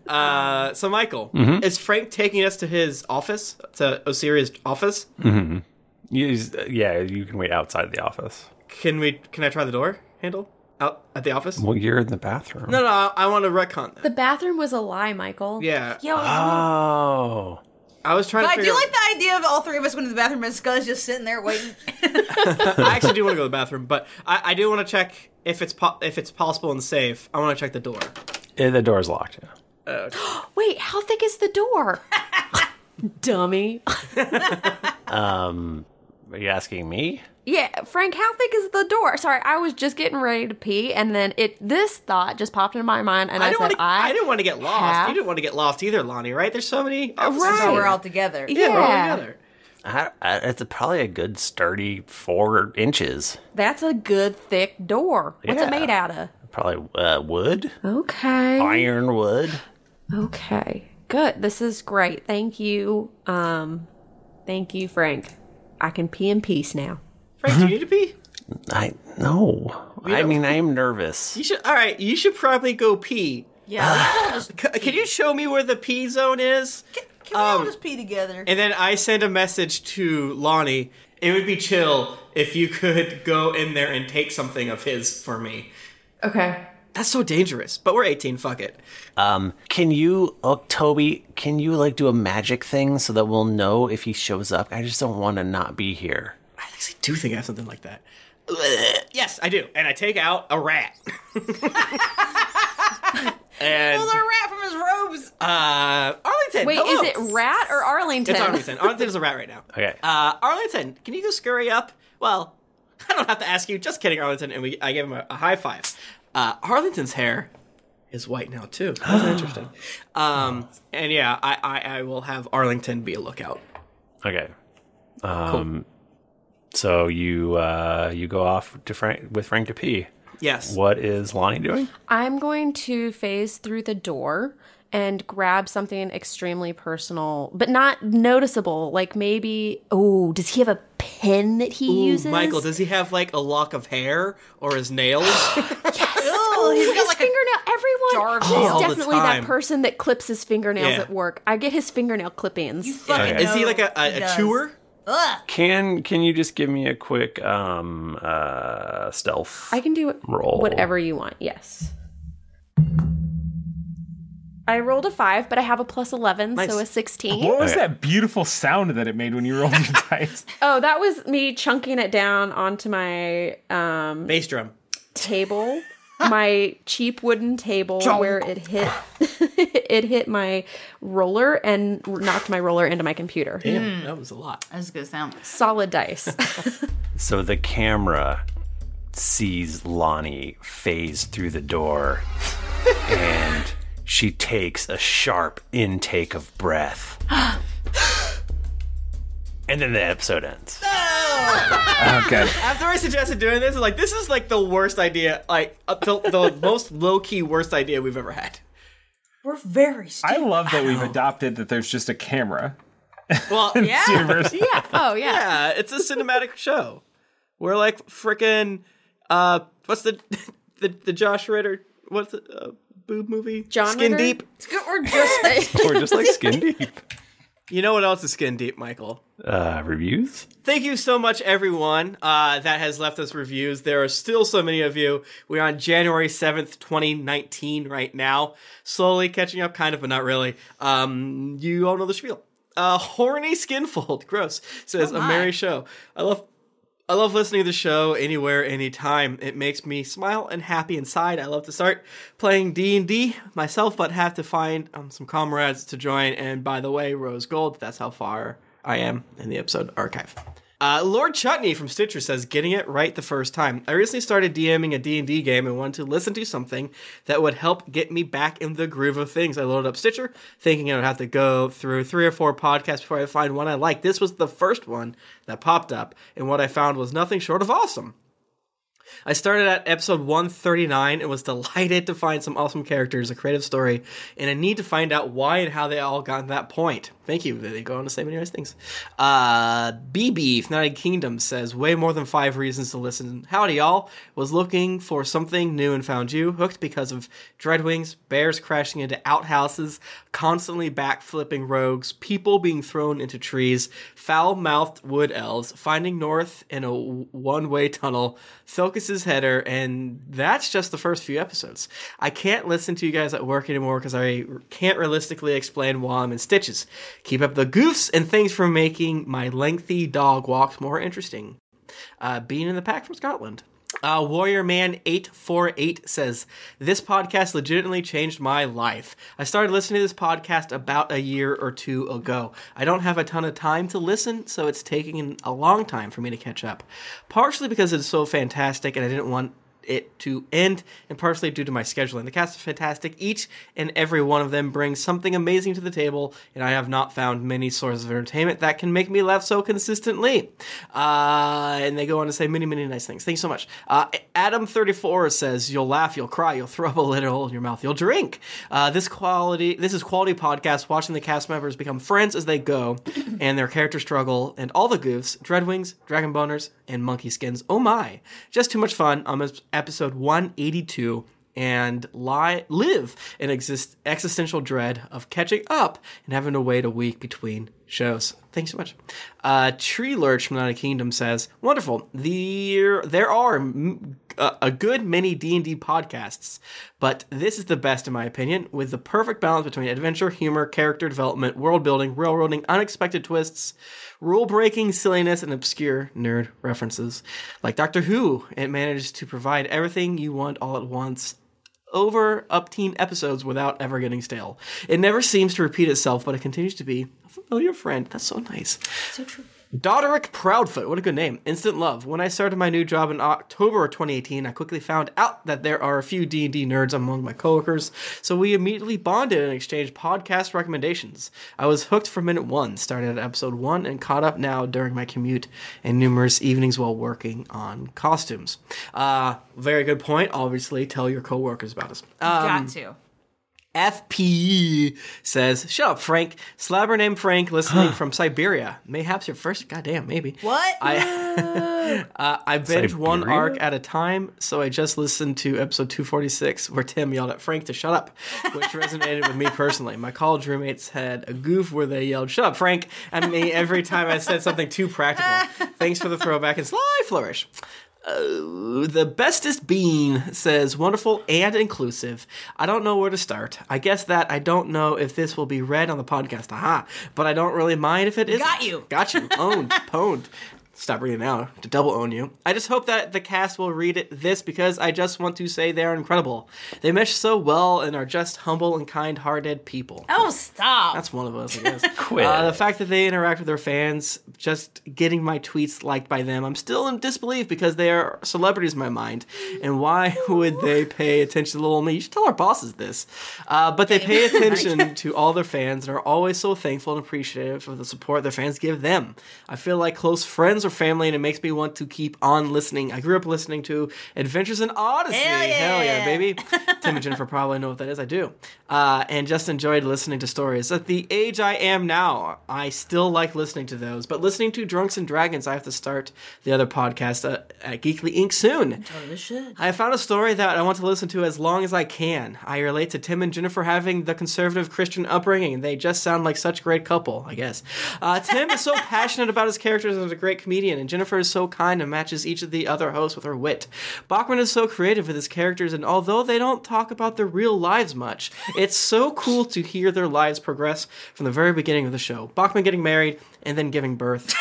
uh, so Michael, Mhm. is Frank taking us to his office, to Osiria's office? mm-hmm. yeah, you can wait outside the office. Can we? Can I try the door handle out at the office? Well, you're in the bathroom. No, no, I, I want to retcon that. The bathroom was a lie, Michael. Yeah. Yo, Oh. I was But trying I to do figure like the idea of all three of us going to the bathroom and Scully's just sitting there waiting. I actually do want to go to the bathroom, but I, I do want to check if it's po- if it's possible and safe. I want to check the door. Eh, the door's locked. Yeah. Wait, how thick is the door? [LAUGHS] Dummy. Um, are you asking me? Yeah, Frank, how thick is the door? Sorry, I was just getting ready to pee, and then it this thought just popped into my mind, and I, I don't said, want to. I, "I." didn't want to get lost. have- You didn't want to get lost either, Lonnie. Right? There's so many. offices Right. out We're there. all together. Yeah, we're all Yeah. together. I, I, it's probably a good sturdy four inches. That's a good thick door. What's Yeah. it made out of? Probably uh, wood. Okay. Iron wood. Okay. Good. This is great. Thank you. Um, thank you, Frank. I can pee in peace now. Frank, do you need to pee? I no. I mean, I'm nervous. You should. All right. You should probably go pee. Yeah. [SIGHS] C- can you show me where the pee zone is? Can we all just pee together? Um, And then I send a message to Lonnie. It would be chill if you could go in there and take something of his for me. Okay. That's so dangerous, but we're 18, fuck it. Um, can you, oh, Toby, can you like do a magic thing so that we'll know if he shows up? I just don't want to not be here. I actually do think I have something like that. Yes, I do. And I take out a [LAUGHS] rat. and Pull the rat from [LAUGHS] his robes. uh, Arlington. Wait, hello. is it rat or Arlington? It's Arlington. Arlington's a rat right now. Okay. Uh, Arlington, can you go scurry up? Well, I don't have to ask you. Just kidding, Arlington. And we, I gave him a, a high five. Uh, Arlington's hair is white now too. [GASPS] That's interesting. Um, and yeah, I, I, I will have Arlington be a lookout. Okay. Um, so you uh, you go off to Frank with Frank to pee. Yes. What is Lonnie doing? I'm going to phase through the door and grab something extremely personal, but not noticeable. Like maybe, oh, does he have a pen that he Ooh, uses? Michael, does he have like a lock of hair or [GASPS] his nails? Oh, he's got like fingernail. Everyone, hair. All he's the definitely that time. person that clips his fingernails Yeah. at work. I get his fingernail clippings. You fucking Okay. Is he like a, he a, a does. chewer? Can can you just give me a quick um uh stealth? I can do it- Roll. whatever you want. Yes. I rolled a five, but I have a plus eleven, so a sixteen. E. What was that beautiful sound that it made when you rolled your [LAUGHS] dice? Oh, that was me chunking it down onto my um bass drum [LAUGHS] table, my cheap wooden table Chunk. where it hit [LAUGHS] it hit my roller and knocked my roller into my computer. Damn, that was a lot. Hmm. That was a good sound. Solid [LAUGHS] dice. So the camera sees Lonnie phase through the door and she takes a sharp intake of [GASPS] breath. and then the episode ends. Oh, God. After I suggested doing this, I'm like, this is like the worst idea, like uh, the, the [LAUGHS] most low key worst idea we've ever had. We're very stupid. I love that we've adopted that there's just a camera. [LAUGHS] Well, yeah. Universe. yeah. Oh, yeah. Yeah, [LAUGHS] it's a cinematic [LAUGHS] show. We're like freaking. Uh, what's the [LAUGHS] the, the Josh Ritter? What's the uh, boob movie? John Skin Ritter? Deep. We're just We're just like skin deep. You know what else is Skin Deep, Michael? Uh, reviews? Thank you so much, everyone, uh, that has left us reviews. There are still so many of you. We're on January 7th, 2019, right now. Slowly catching up, kind of, but not really. Um, you all know the spiel. Uh, horny skinfold, gross, says Oh a my. merry show. I love. I love listening to the show anywhere, anytime. It makes me smile and happy inside. I love to start playing D and D myself, but have to find um, some comrades to join. And by the way, Rose Gold. That's how far I am in the episode archive. Uh, Lord Chutney from Stitcher says, "Getting it right the first time." I recently started DMing a D and D game and wanted to listen to something that would help get me back in the groove of things. I loaded up Stitcher, thinking I would have to go through three or four podcasts before I find one I like. This was the first one that popped up, and what I found was nothing short of awesome. I started at episode 139 and was delighted to find some awesome characters, a creative story, and a need to find out why and how they all got to that point. Thank you. They go on to say many nice things. Uh, BB, United Kingdom, says, way more than five reasons to listen. Howdy, y'all. Was looking for something new and found you. Hooked because of Dreadwings, bears crashing into outhouses, constantly backflipping rogues, people being thrown into trees, foul mouthed wood elves, finding north in a one way tunnel, Thilkis's header, and that's just the first few episodes. I can't listen to you guys at work anymore because I can't realistically explain why I'm in stitches. Keep up the goofs and thanks for making my lengthy dog walks more interesting uh, being in the pack from Scotland. Uh, Warrior Man eight four eight says this podcast legitimately changed my life. I started listening to this podcast about a year or two ago. I don't have a ton of time to listen, so it's taking an- a long time for me to catch up. Partially because it's so fantastic, and I didn't want it to end, and partially due to my scheduling. The cast is fantastic. Each and every one of them brings something amazing to the table, and I have not found many sources of entertainment that can make me laugh so consistently. Uh, and they go on to say many, many nice things. Thanks so much. Uh, Adam34 says, You'll laugh, you'll cry, you'll throw up a little hole in your mouth, you'll drink. Uh, this quality, this is quality podcast, watching the cast members become friends as they go, and their character struggle, and all the goofs, Dreadwings, Dragon Boners, and Monkey Skins. Oh my. Just too much fun. I'm at episode 182 and lie, live in exist, existential dread of catching up and having to wait a week between shows. Thanks so much. Uh, Tree Lurch from the United Kingdom says, "Wonderful. There, there are m- a, a good many D and D podcasts, but this is the best, in my opinion, with the perfect balance between adventure, humor, character development, world building, railroading, unexpected twists, rule breaking silliness, and obscure nerd references. Like Doctor Who, it manages to provide everything you want all at once." Over up teen episodes without ever getting stale. It never seems to repeat itself, but it continues to be a familiar friend. That's so nice. So true. Doderick Proudfoot, what a good name. Instant love. When I started my new job in October of 2018, I quickly found out that there are a few D&D nerds among my coworkers, so we immediately bonded and exchanged podcast recommendations. I was hooked from minute one, started at episode one, and caught up now during my commute and numerous evenings while working on costumes. Uh, very good point. Obviously, tell your coworkers about us. Um, Got to. FPE E says, Shut up, Frank. Slabber named Frank listening from Siberia. Mayhaps your first. Goddamn, maybe. What? I, [LAUGHS] uh, I binge one Siberia? arc at a time, so I just listened to episode 246 where Tim yelled at Frank to shut up, which resonated with me personally. My college roommates had a goof where they yelled, Shut up, Frank, at me every time I said something too practical. Thanks for the throwback and sly flourish. Uh, the bestest bean says wonderful and inclusive. I don't know where to start. I guess that I don't know if this will be read on the podcast. Aha! But I don't really mind if it is. Got you. Got you. [LAUGHS] Owned. pwned. Stop reading now to double own you. I just hope that the cast will read it this because I just want to say they are incredible. They mesh so well and are just humble and kind-hearted people. Oh, stop. That's one of us, I guess. Uh, the fact that they interact with their fans, just getting my tweets liked by them, I'm still in disbelief because they are celebrities in my mind. And why [LAUGHS] would they pay attention to little me? You should tell our bosses this. Uh, but they pay attention to all their fans and are always so thankful and appreciative for the support their fans give them. I feel like close friends or family, and it makes me want to keep on listening. I grew up listening to Adventures in Odyssey. Hell yeah, [LAUGHS] baby. Tim and Jennifer probably know what that is. I do. Uh, and just enjoyed listening to stories. At the age I am now, I still like listening to those. But listening to Drunks and Dragons, I have to start the other podcast uh, at Geekly Inc. soon. Totally should. [LAUGHS] I found a story that I want to listen to as long as I can. I relate to Tim and Jennifer having the conservative Christian upbringing. They just sound like such a great couple, I guess. Uh, Tim is so passionate about his characters and is a great comedian, and Jennifer is so kind and matches each of the other hosts with her wit. Bachman is so creative with his characters, and although they don't talk about their real lives much, it's so cool to hear their lives progress from the very beginning of the show. Bachman getting married and then giving birth.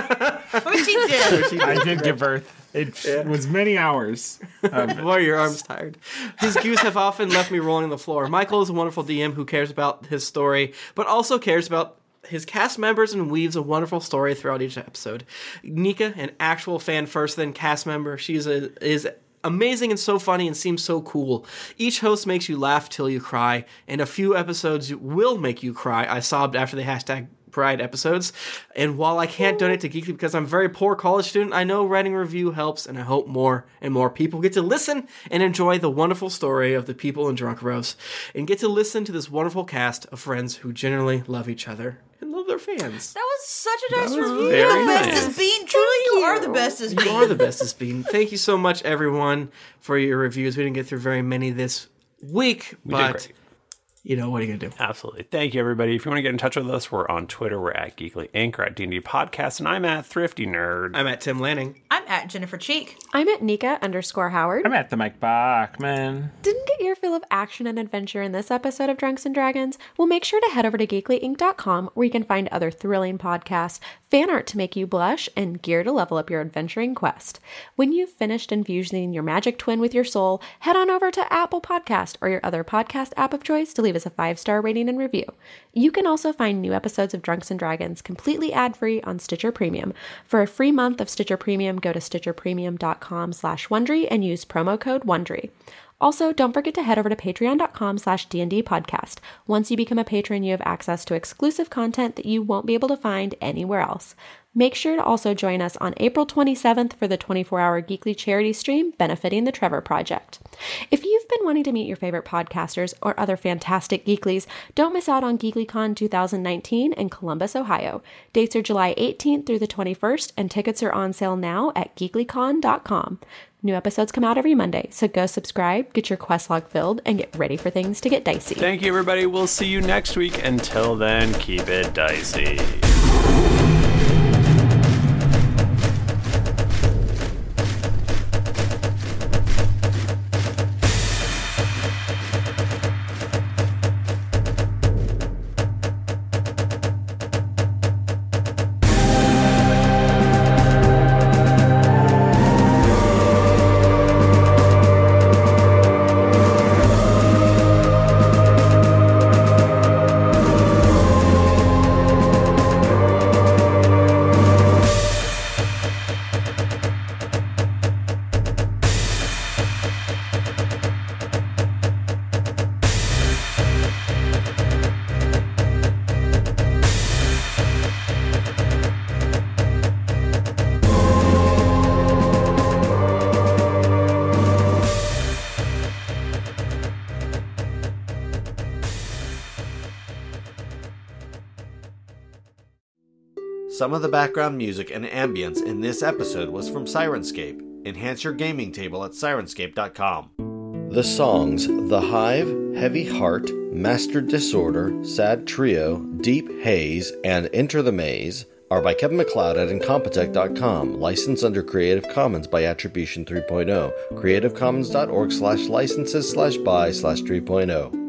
What she did. I did give birth. It was many hours. of- Why are your arms tired? His goose have often left me rolling on the floor. Michael is a wonderful DM who cares about his story, but also cares about his cast members and weaves a wonderful story throughout each episode. Nika, an actual fan first, then cast member, she is, a, is amazing and so funny and seems so cool. Each host makes you laugh till you cry, and a few episodes will make you cry. I sobbed after the hashtag Pride episodes. And while I can't donate to Geekly because I'm a very poor college student, I know writing a review helps, and I hope more and more people get to listen and enjoy the wonderful story of the people in Drunk Rose and get to listen to this wonderful cast of friends who generally love each other and love their fans. That was such a nice was review. very the bestest nice. bean. Truly, you are the bestest bean. You are the bestest bean. Thank you so much, everyone, for your reviews. We didn't get through very many this week, We did but great. you know, what are you going to do? Absolutely. Thank you, everybody. If you want to get in touch with us, we're on Twitter. We're at Geekly Inc. We're at D&D Podcast. And I'm at Thrifty Nerd. I'm at Tim Lanning. I'm at Jennifer Cheek. I'm at Nika underscore Howard. I'm at the Mike Bachman. Didn't get your fill of action and adventure in this episode of Drunks and Dragons? Well, make sure to head over to geeklyinc.com where you can find other thrilling podcasts, fan art to make you blush, and gear to level up your adventuring quest. When you've finished infusing your magic twin with your soul, head on over to Apple Podcast or your other podcast app of choice to leave us a five-star rating and review. You can also find new episodes of Drunks and Dragons completely ad-free on Stitcher Premium. For a free month of Stitcher Premium, go to stitcherpremium.com slash Wondery and use promo code Wondery. Also, don't forget to head over to patreon.com slash D&D podcast. Once you become a patron, you have access to exclusive content that you won't be able to find anywhere else. Make sure to also join us on April 27th for the 24-hour Geekly charity stream benefiting the Trevor Project. If you've been wanting to meet your favorite podcasters or other fantastic geeklies, don't miss out on GeeklyCon 2019 in Columbus, Ohio. Dates are July 18th through the 21st, and tickets are on sale now at geeklycon.com. New episodes come out every Monday, so go subscribe, get your quest log filled, and get ready for things to get dicey. Thank you, everybody. We'll see you next week. Until then, keep it dicey. Some of the background music and ambience in this episode was from Sirenscape. Enhance your gaming table at sirenscape.com. The songs The Hive, Heavy Heart, Master Disorder, Sad Trio, Deep Haze, and Enter the Maze are by Kevin McLeod at incompetech.com, licensed under Creative Commons by Attribution oh, 3.0, creativecommons.org slash licenses slash by slash oh. 3.0.